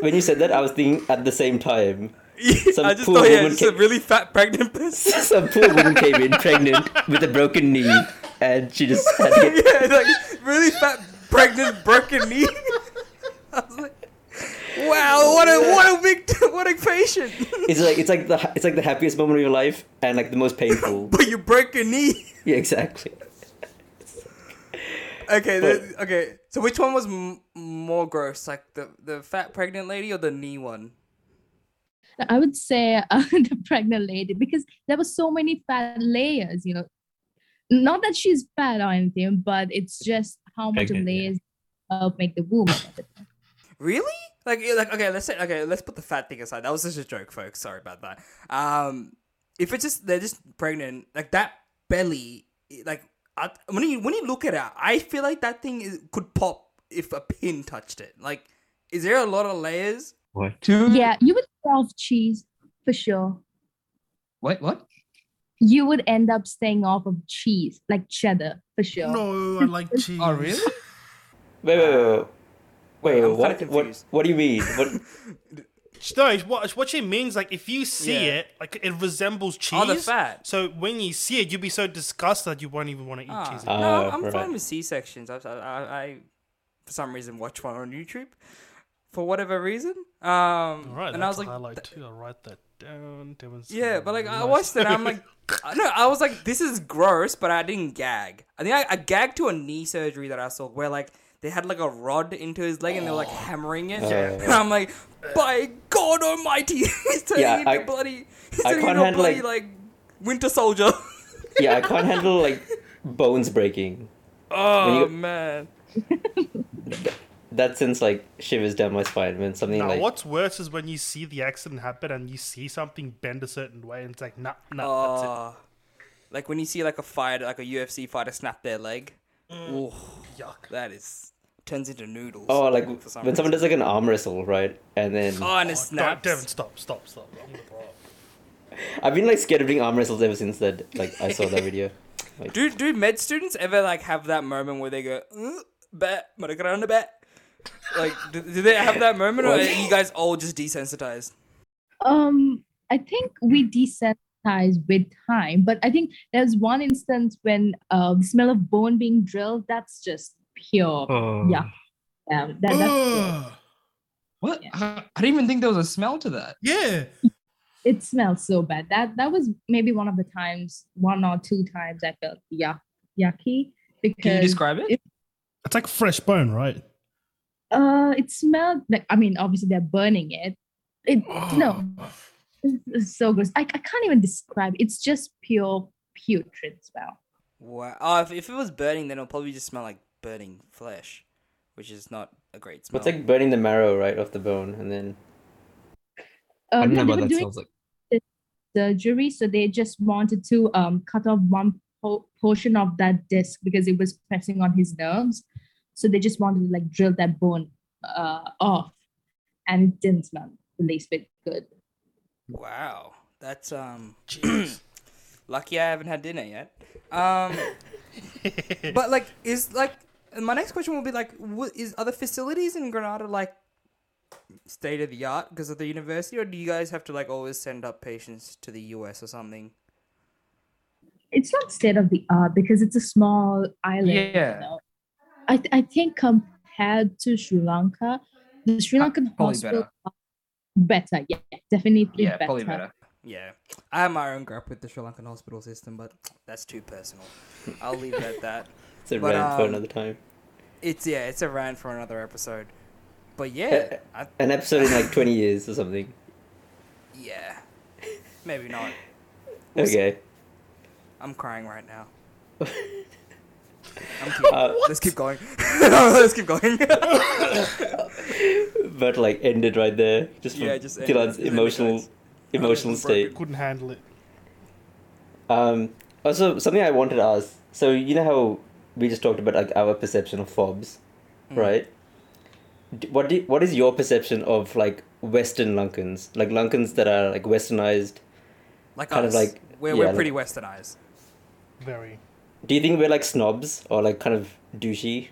[LAUGHS] when you said that, I was thinking at the same time. [LAUGHS] Some I just poor thought yeah, woman just came- a really fat pregnant [LAUGHS] person. Some poor woman came in pregnant with a broken knee, and she just had to [LAUGHS] get yeah, like really fat, pregnant, broken knee. [LAUGHS] I was like, wow, what a what a big [LAUGHS] what a patient. it's like it's like the it's like the happiest moment of your life and like the most [LAUGHS] painful. [LAUGHS] but you break your knee. yeah, exactly. Okay, the, But- okay. So which one was m- more gross, like the the fat pregnant lady or the knee one? I would say [LAUGHS] uh, the pregnant lady because there were so many fat layers. You know, not that she's fat or anything, but it's just how much Pregnant, yeah. layers uh, make the woman. Really? Like yeah, like okay, let's say okay, let's put the fat thing aside. That was just a joke, folks. Sorry about that. Um, if it's just they're just pregnant, like that belly, like I, when you when you look at it, I feel like that thing is, could pop if a pin touched it. Like, is there a lot of layers? What? Two. yeah, you would self cheese for sure. What? What? you would end up staying off of cheese, like cheddar for sure. No, I [LAUGHS] like cheese. Oh really? Wait, wait, wait, wait. Wait, I'm what, kinda what? confused. What do you mean? [LAUGHS] What? No, it's what, it's what she means, like, if you see Yeah. it, like, it resembles cheese. Oh, the fat. So when you see it, you'll be so disgusted that you won't even want to eat Ah, cheese. no, again. Ah, I'm right. fine with C sections. I, I, I, I, for some reason, watch one on YouTube, for whatever reason. Um, All right, and I was like, highlight too. I'll write that down. Demon's Yeah, but like I watched it, [LAUGHS] and I'm like, no, I was like, this is gross, but I didn't gag. I think I, I gagged to a knee surgery that I saw where like they had like a rod into his leg and they were like hammering it, Oh. Yeah. and I'm like, by God Almighty, [LAUGHS] he's turning Yeah, into I- bloody, he's I turning can't into a handle, bloody like- like, [LAUGHS] Winter Soldier. Yeah, I can't handle like bones breaking. oh you- [LAUGHS] man, That sends like shivers down my spine when something Now, like what's worse is when you see the accident happen and you see something bend a certain way, and it's like, nah, nah, that's oh, like when you see like a fighter, like a UFC fighter, snap their leg. Ooh, it. Yuck. that is turns into noodles. Mm. oh, like for some when someone reason. does like an arm wrestle, right? And then Oh, and Oh, it God, snaps. Devin, stop, stop, stop. I'm gonna throw up. [LAUGHS] I've been like scared of doing arm wrestles ever since that. Like I saw that video. Like, Do do med students ever like have that moment where they go "Ugh, bet marakarana bet? Like do, do they have that moment or are What? you guys all just desensitized? Um, I think we desensitize with time, but I think there's one instance when uh, the smell of bone being drilled, that's just pure. Oh. Yeah. Um, that, that's pure. Ugh. What? Yeah. I, I didn't even think there was a smell to that. yeah. It smells so bad. That that was maybe one of the times, one or two times I felt yuck, yucky Can you because describe it? it- It's like fresh bone, right? uh, it smelled like I mean, obviously they're burning it. It no, Oh, it's- it's so gross. I, I can't even describe. It's just pure putrid smell. Wow. Oh, if, if it was burning, then it'll probably just smell like burning flesh, which is not a great smell. it's like burning the marrow right off the bone, and then Um, I don't know and they about were that. doing- Sounds like surgery, so they just wanted to um, cut off one po- portion of that disc because it was pressing on his nerves. So they just wanted to like drill that bone uh, off, and it didn't smell the least bit good. Wow. That's um Jeez. [CLEARS THROAT] [CLEARS THROAT] lucky I haven't had dinner yet. Um but like is like my next question will be like what is are the facilities in Granada like state of the art because of the university or do you guys have to like always send up patients to the US or something? It's not state of the art because it's a small island. you Yeah. know. I th- I think compared to Sri Lanka, the Sri Ah, Lankan probably hospital are better. Yeah, definitely Yeah, probably better. Yeah. I have my own gripe with the Sri Lankan hospital system, but that's too personal. I'll leave it at that. it's a But, rant for um, another time. It's yeah, it's a rant for another episode. But yeah, I, An episode in like twenty years or [LAUGHS] something. yeah. Maybe not. Okay. I'm crying [LAUGHS] right now. I'm keep- Uh, Let's [LAUGHS] keep going. [LAUGHS] Let's keep going. but like ended right there, just for Yeah, just end Dylan's it. Just end it, emotional, guys. emotional state. Couldn't handle it. Um, also, something I wanted to ask. So you know how we just talked about like our perception of fobs, Mm. right? D- What do, what is your perception of like Western Lunkans, like Lunkans that are like Westernized? [LAUGHS] like Kind us. of like- we're, yeah, we're like- pretty [LAUGHS] westernized. Very. Do you think we're like snobs or like kind of douchey?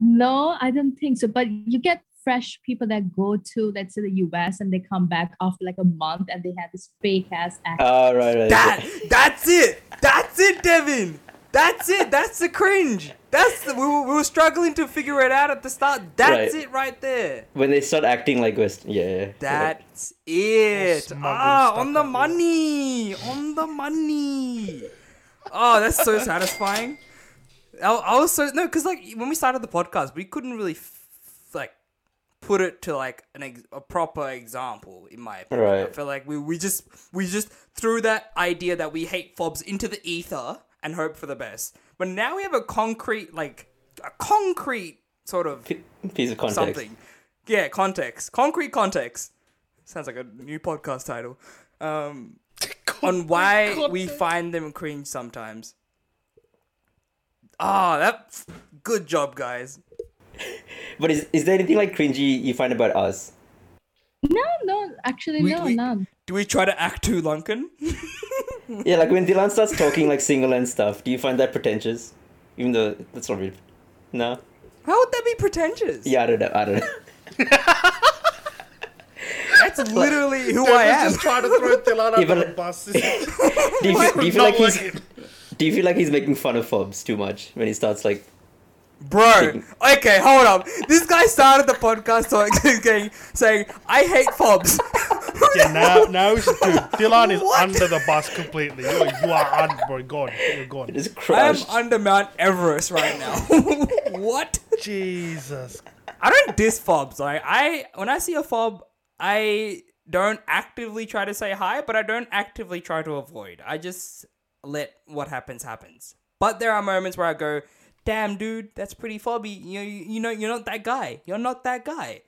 No, I don't think so. But you get fresh people that go to, let's say, the US and they come back after like a month and they have this fake ass accent. Oh, right, right. that that's it. That's it, Devin. That's it. That's the cringe. That's the, we, were, we were struggling to figure it out at the start. That's Right. it right there. When they start acting like West, yeah, yeah. yeah. That's it. smuggled Ah, stuff on the out there. money. On the money. Oh, that's so satisfying. I, I was so no, because like when we started the podcast, we couldn't really f- like put it to like an ex- a proper example. In my opinion, I Right. feel like we we just we just threw that idea that we hate fobs into the ether and hope for the best. But now we have a concrete like a concrete sort of P- piece of context. something. Yeah, context. Concrete context. Sounds like a new podcast title. [LAUGHS] Um, on why we find them cringe sometimes. Ah, that. Good job, guys. But is is there anything like cringy you find about us? No, no, actually, We- no, we- none. Do we try to act too Lunken? Yeah, like when Dylan starts talking like single and stuff. Do you find that pretentious? Even though that's not real. No. How would that be pretentious? Yeah, I don't know. I don't know. that's literally who I am. Just trying to throw Delana Yeah, but- under the bus. [LAUGHS] It's do, [LAUGHS] you, feel- do you feel not like he's working. do you feel like he's making fun of fobs too much when he starts like [LAUGHS] Bro, okay, hold up. This guy started the podcast talking, [LAUGHS] saying, I hate fobs. Yeah, now now [LAUGHS] it's dude. Dylan is What? under the bus completely. You're, you are un- bro, gone. You're gone. just I am crushed? under Mount Everest right now. [LAUGHS] what? Jesus. I don't diss fobs. Like I, when I see a fob, I don't actively try to say hi, but I don't actively try to avoid. I just let what happens happens. But there are moments where I go, "Damn, dude, that's pretty fobby. You, you know, you're not that guy. You're not that guy."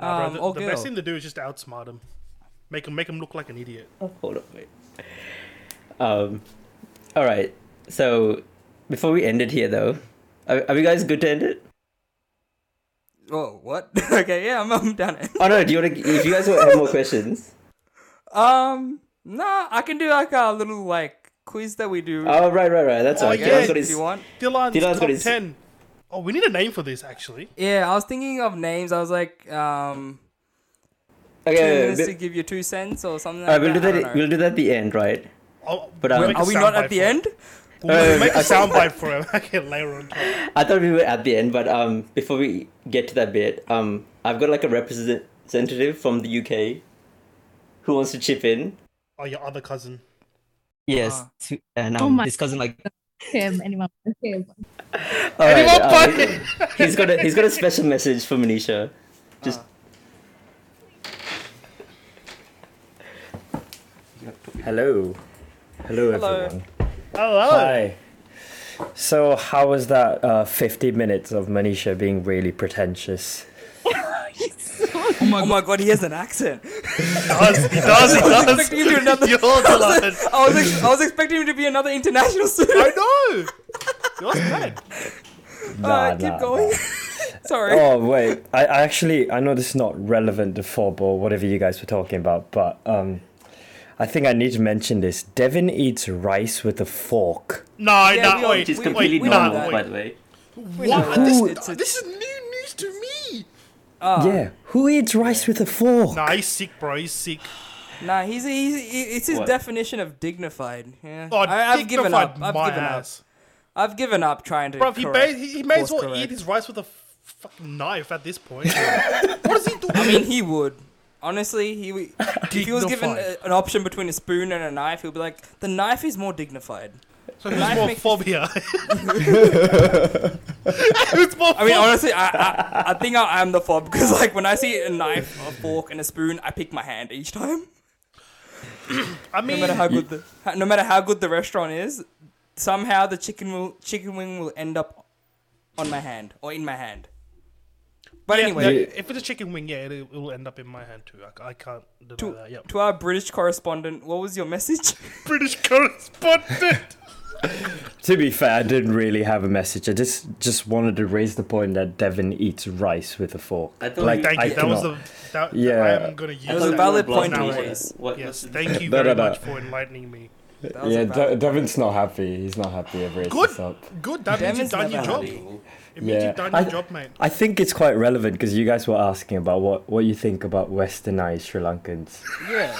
Nah, Um, bro, or the, the best girl. thing to do is just outsmart him. Make him make him look like an idiot. Hold up, wait. Um, all right. So before we end it here, though, are, are we guys good to end it? Whoa, oh, what? [LAUGHS] okay, yeah, I'm, I'm done. Oh no, do you want to? If [LAUGHS] you guys want have more questions, Um, nah, I can do like a little like quiz that we do. Oh right, right, right. That's Oh, all. yeah, Dylan's got if his- you want. Dylan's, Dylan's got top his- ten. Oh, we need a name for this actually. Yeah, I was thinking of names. I was like, um, two Okay, minutes but- to give you two cents or something. all right, Like we'll do that. I don't that. know. We'll do that at the end, right? Oh, But, um, make a Are we not soundbite at the for it. end? We'll Uh, make a I- soundbite for him. [LAUGHS] Okay, later on. Top. I thought we were at the end, but um, before we get to that bit, um, I've got like a representative from the UK who wants to chip in. Oh, your other cousin. Yes. Ah. to- And Oh um, my- his cousin like Kim, anyone? Kim. All right, Anyone uh, but- he's got a he's [LAUGHS] got a special message for Manisha. Just Hello. Hello. Hello, everyone. Hello. Hi. So, how was that uh, 50 minutes of Manisha being really pretentious? Oh my, god, he has an accent. [LAUGHS] Does, he does, he I was does. expecting him to another. You're [LAUGHS] Dylan. I was, ex- I was expecting him to be another international [LAUGHS] student. I know. Yours bad. Uh, keep going. [LAUGHS] Sorry. Oh wait, I I actually I know this is not relevant to FOB or whatever you guys were talking about, but um, I think I need to mention this. Devin eats rice with a fork. No, Yeah, we no, all- wait, which is wait, completely wait, normal, no, by wait. the way. Oh, What? know This, that. It's a- this is new news to me. yeah, who eats rice with a fork? Nah, he's sick, bro. He's sick. Nah, he's, he's he- it's his What? definition of dignified. Yeah. Oh, I, I've given dignified up. I've my given ass. up. I've given up trying to. Bro, he, correct- may, he, he may as course well eat correct. his rice with a f- fucking knife at this [LAUGHS] point. what is he doing? I [LAUGHS] mean, he would. Honestly, he would- if he was given Dignified. a, an option between a spoon and a knife, he'd be like, the knife is more dignified. so who's knife more makes- [LAUGHS] phobia? [LAUGHS] who's more I mean, phobia? honestly, I I, I think I am the fob because like when I see a knife, a fork, and a spoon, I pick my hand each time. I No mean, matter how good the ha- no matter how good the restaurant is, somehow the chicken will chicken wing will end up on my hand or in my hand. But yeah, anyway, yeah, if it's a chicken wing, yeah, it, it will end up in my hand too. I, I can't deny to, that. Yep. to our British correspondent, what was your message? British correspondent. To be fair, I didn't really have a message. I just just wanted to raise the point that Devin eats rice with a fork. I thought you- Thank I you. that was the. cannot- That, Yeah. I am gonna use I was thought you a that. valid were point blasting to me. raise. What- Yes, what's- thank you No, very no, no. much for enlightening me. That was Yeah, a De- bad- Devin's not happy. He's not happy ever. Good, This up. good. That means Damn, you've it's done your never job. handy. It means Yeah. you've done I- your job, mate. I think it's quite relevant because you guys were asking about what, what you think about westernized Sri Lankans. yeah.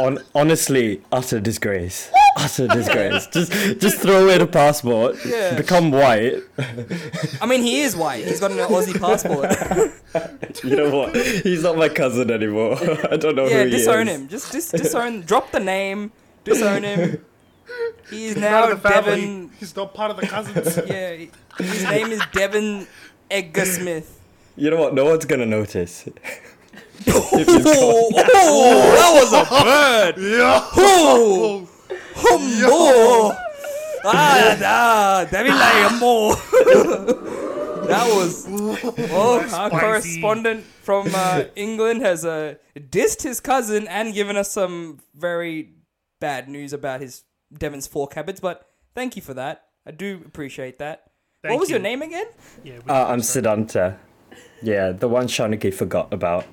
On honestly, utter disgrace. Utter disgrace. [LAUGHS] just just throw away the passport. Yeah. [LAUGHS] Become white. I mean, he is white. He's got an Aussie passport. You know what? He's not my cousin anymore. [LAUGHS] I don't know yeah, who he is. disown him. Just dis- disown. drop the name. Disown him. He is Part now of the family. Devin. He's not part of the cousins. [LAUGHS] Yeah, he- his name is Devin Edgar Smith. You know what? No one's gonna notice. Oh, oh, that was a bird. [LAUGHS] yeah. Oh, humbo. Ah, da, Devin like humbo. [LAUGHS] That was. Oh, our Spicy. correspondent from uh, England has uh, dissed his cousin and given us some very bad news about his Devon's fork habits. But thank you for that. I do appreciate that. what Thank was your you. name again? yeah we- Uh, I'm Siddhanta. Yeah, the one Shanaki forgot about.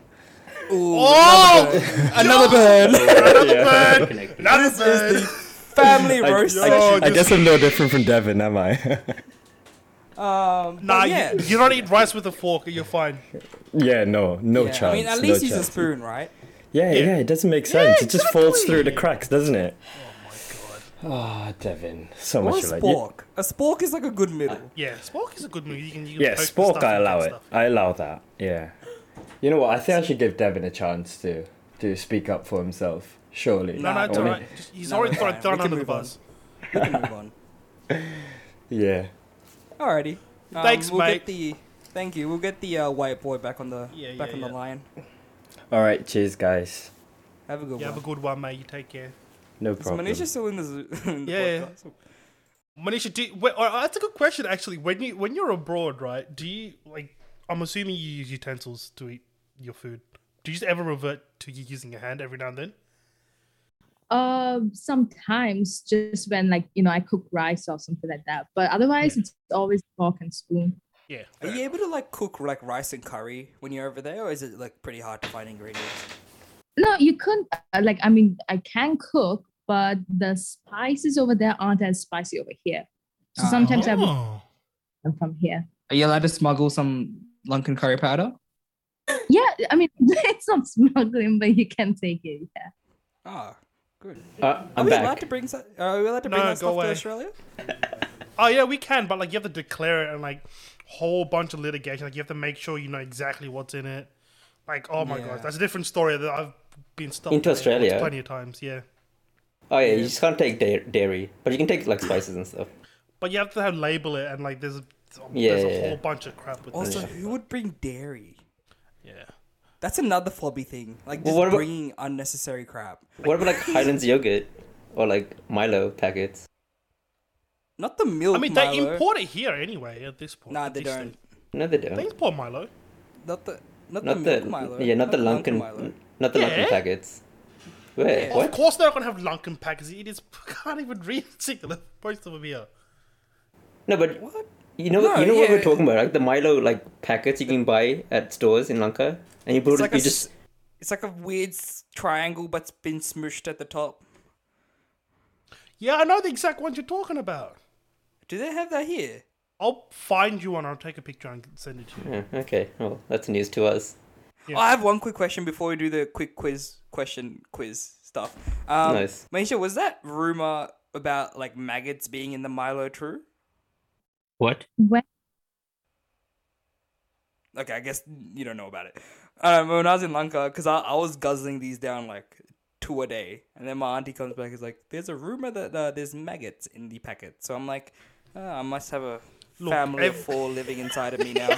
Ooh, Oh, another bird. bird. Another bird. Family I, roast. I- Oh, I this- guess I'm no different from Devin, am I? [LAUGHS] Um, Nah, but yeah. you, you don't eat rice with a fork. You're fine. yeah, no, no Yeah, chance. I mean, at no least use a chance. spoon, right? Yeah, yeah, Yeah. it doesn't make sense. It just falls through the exactly. cracks, doesn't it? Ah, Devin, so Or a much you like you. spork. A spork is like a good middle. Yeah, spork is a good movie. You can, you can Yeah, poke the spork, stuff I and allow get it. stuff. I allow that. Yeah. You know what? I think I should give Devin a chance to to speak up for himself. Surely. No, no, it's I mean, alright. Just- He's No, already we're thrown fine. thrown We can under the move on. bus. We can move on. Yeah. [LAUGHS] Alrighty. Um, Thanks, we'll mate. Get the, thank you. We'll get the uh, white boy back on the Yeah, back yeah, on the yeah. line. All right. Cheers, guys. Have a good You have a one. good one, mate. You take care. No Is problem. Manisha still in the, zoo- [LAUGHS] in the Yeah, yeah. podcast? Manisha, do you, wait, oh, that's a good question actually. When you when you're abroad, right? Do you like? I'm assuming you use utensils to eat your food. Do you ever revert to you using your hand every now and then? Um, sometimes just when like you know I cook rice or something like that, but otherwise it's always fork and spoon. Yeah. Uh, Are you able to like cook like rice and curry when you're over there, or is it like pretty hard to find ingredients? No, you couldn't. uh, Like I mean, I can cook, but the spices over there aren't as spicy over here. Uh, So sometimes I would Oh. them from here. Are you allowed to smuggle some Lunken curry powder? Yeah, I mean [LAUGHS] it's not smuggling, but you can take it. Yeah. Ah, good. Uh, Oh, Are I'm we allowed back. to bring? so- Are we allowed to bring No, that go stuff away. to Australia? Oh yeah, we can, but like you have to declare it and like whole bunch of litigation. Like you have to make sure you know exactly what's in it. Like oh my Yeah. god, that's a different story that I've been stuck Into with Australia? plenty of times. Yeah, Oh yeah, you just can't take da- dairy, but you can take like spices and stuff. but you have to have label it and like there's a, Yeah, there's yeah, a yeah. whole bunch of crap with Also, this. who would bring dairy? Yeah. That's another flobby thing. Like Well, just what about- bringing unnecessary crap. What about like Highlands yogurt or like Milo packets? Not the milk. I mean, they Milo. import it here anyway. At this point, Nah, they These don't. things- No, they They don't. import Milo. Not the. Not, the Not the, milk Milo. yeah, not, the Lunken Lunken, Milo. not the Yeah. Lunken packets. Wait, Of what? course, they're not gonna have Lunken packages. It is [LAUGHS] can't even read singular most of them here. No, but What? you know, No, you know what yeah. we're talking about, like the Milo like packets you can buy at stores in Lanka, and you put It's it, like a. you s- just It's like a weird s- triangle, but's been smushed at the top. Yeah, I know the exact ones you're talking about. Do they have that here? I'll find you one. I'll take a picture and send it to you. Yeah, okay. Well, that's news to us. Yeah. Oh, I have one quick question before we do the quick quiz question quiz stuff. Um, Nice. Maisha, was that rumor about like maggots being in the Milo true? What? When Okay, I guess you don't know about it. Um, when I was in Lanka, because I, I was guzzling these down like two a day, and then my auntie comes back is like, "There's a rumor that uh, there's maggots in the packet." So I'm like, "Ah, I must have a Look, family ev- of four living inside of me now.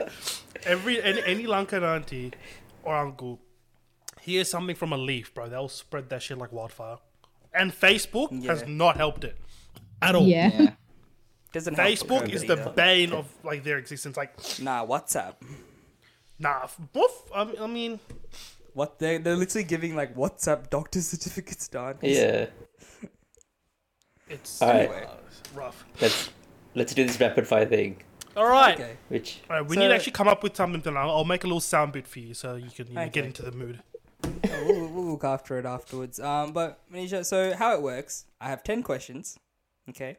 [LAUGHS] Every any, any Lankan auntie or uncle, here's something from a leaf, bro. They'll spread that shit like wildfire. And Facebook has Yeah. not helped it at all. yeah. Yeah. Doesn't help it Facebook is the either. bane of like their existence. Like, nah WhatsApp. nah, f- woof. I mean- I mean, What they they're literally giving like WhatsApp doctor [LAUGHS] certificates to aunties. Yeah. it's All right. Anyway. rough. Let's let's do this rapid fire thing. All right, Okay. Which all right. We So- need to actually come up with something. To, I'll make a little sound bit for you so you can you know, get Okay. into the mood. we'll, we'll look after it afterwards. Um, but Manisha, so how it works? I have ten questions. Okay.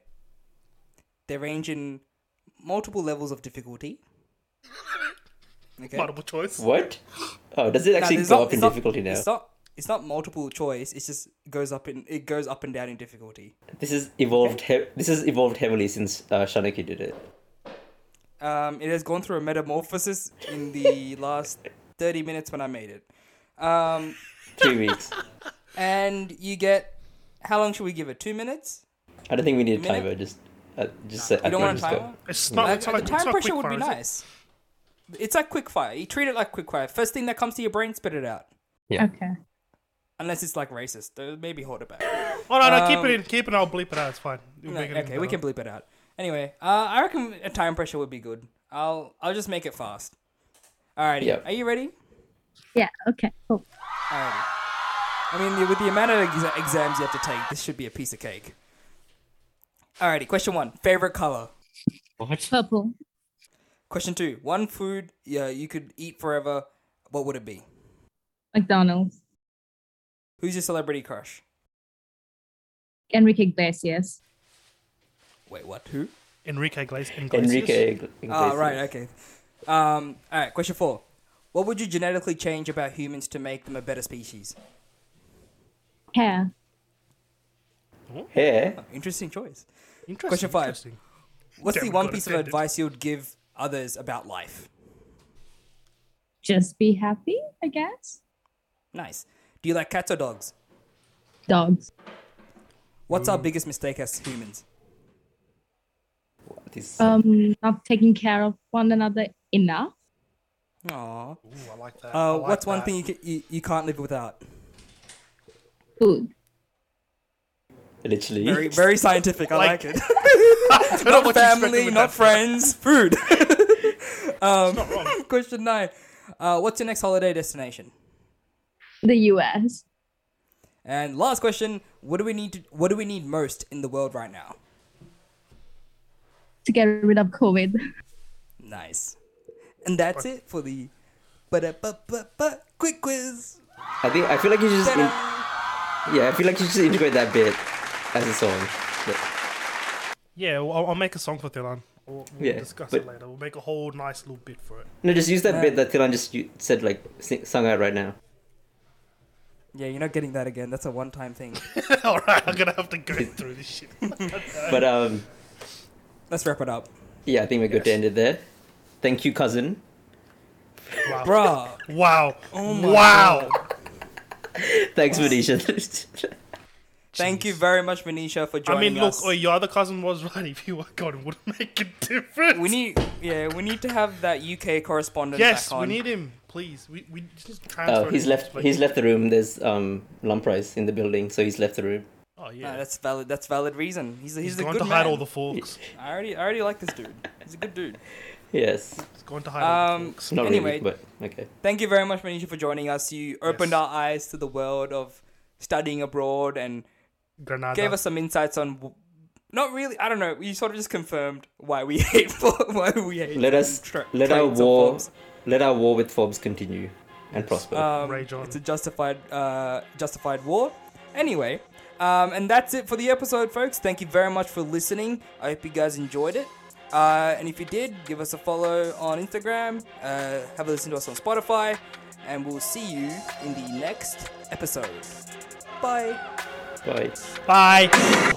They range in multiple levels of difficulty. Okay. Multiple choice. what? Oh, does it Now, actually there's go not- up it's in not- difficulty now? It's not. It's not multiple choice. It's just goes up in. It goes up and down in difficulty. This has evolved. He- this has evolved heavily since uh, Shanaki did it. Um, it has gone through a metamorphosis [LAUGHS] in the last thirty minutes when I made it. Um, [LAUGHS] Three weeks. and you get. How long should we give it? Two minutes. I don't think we need a Minute? timer. Just, uh, just. Uh, You don't want a just go. timer. It's not. Like, it's not the like, it's time not Oh, pressure would quickfire, be is it? nice. It's like quick fire. You treat it like quick fire. First thing that comes to your brain, spit it out. [LAUGHS] Okay. Unless it's like racist, though maybe hold it back. Oh no, no, keep Um, it in, keep it. I'll bleep it out. It's fine. We'll No, make it in okay, we later. can bleep it out. Anyway, uh, I reckon a time pressure would be good. I'll I'll just make it fast. Alrighty, Yep. are you ready? Yeah, okay, cool. Alrighty. I mean, with the amount of exa- exams you have to take, this should be a piece of cake. Alrighty, question one: favorite color. What? Purple. Question two: one food yeah you could eat forever. What would it be? McDonald's. Who's your celebrity crush? Enrique Iglesias. Wait, what? Who? Enrique Iglesias. Enrique. Enrique. Ah, Iglesias. right, okay. Um, all right, question four. What would you genetically change about humans to make them a better species? Hair. Hair. Interesting choice. Interesting. Question five. interesting. What's the Damn, one got piece of offended. advice you would give others about life? Just be happy, I guess. Nice. Do you like cats or dogs? Dogs. What's Mm. our biggest mistake as humans? This- Um, not taking care of one another enough. Aw. Ooh, I like that. I Uh, like what's one that. thing you, ca- you you can't live without? Food. literally. Very very scientific. I [LAUGHS] like Like- it. [LAUGHS] I don't know not what you expected family, with not that. [LAUGHS] friends, food. [LAUGHS] um, [LAUGHS] question nine. Uh, what's your next holiday destination? The US. And last question: What do we need? To, what do we need most in the world right now? To get rid of COVID. [LAUGHS] Nice. And that's it for the, but but but quick quiz. I think. I feel like you just. in- Ta-da. Yeah, I feel like you should integrate that bit as a song. Yeah. Yeah, well, I'll, I'll make a song for Thilan. We'll, we'll Yeah, discuss but- it later. We'll make a whole nice little bit for it. [LAUGHS] No, just use that bit that Thilan just u- said, like sing- sung out right now. Yeah, you're not getting that again. That's a one-time thing. All right, I'm gonna have to [LAUGHS] go through this shit. But um, Let's wrap it up, yeah, I think we're good to end it there. Thank you, cousin. bruh. Wow! Oh my wow! Thanks, [LAUGHS] Manisha. Thank you very much, Manisha, for I joining mean, look, us. oh, your other cousin was right. [LAUGHS] If you were gone, it wouldn't make a difference. we need, yeah, we need to have that UK correspondent Yes, back on. we need him, please. We we just transfer. oh, he's him, left. like- He's left the room. There's um Lumprice in the building, so he's left the room. Oh yeah. Nah, that's valid. That's valid reason. He's a, he's, he's a gone good to man. hide all the forks. I already, I already like this dude. He's a good dude. Yes, He's gone to hide all the Um, forks. not really, Anyway. but okay. Thank you very much, Manisha, for joining us. You opened Yes. our eyes to the world of studying abroad and Granada. gave us some insights on. w- Not really. I don't know. You sort of just confirmed why we [LAUGHS] hate. Why we hate. Let us tra- let our traits and war forms. let our war with Forbes continue and prosper. Um, Rage on. It's a justified, uh, justified war. Anyway, um, and that's it for the episode, folks. Thank you very much for listening. I hope you guys enjoyed it. Uh, and if you did, give us a follow on Instagram. Uh, have a listen to us on Spotify, and we'll see you in the next episode. Bye. Bye. Bye.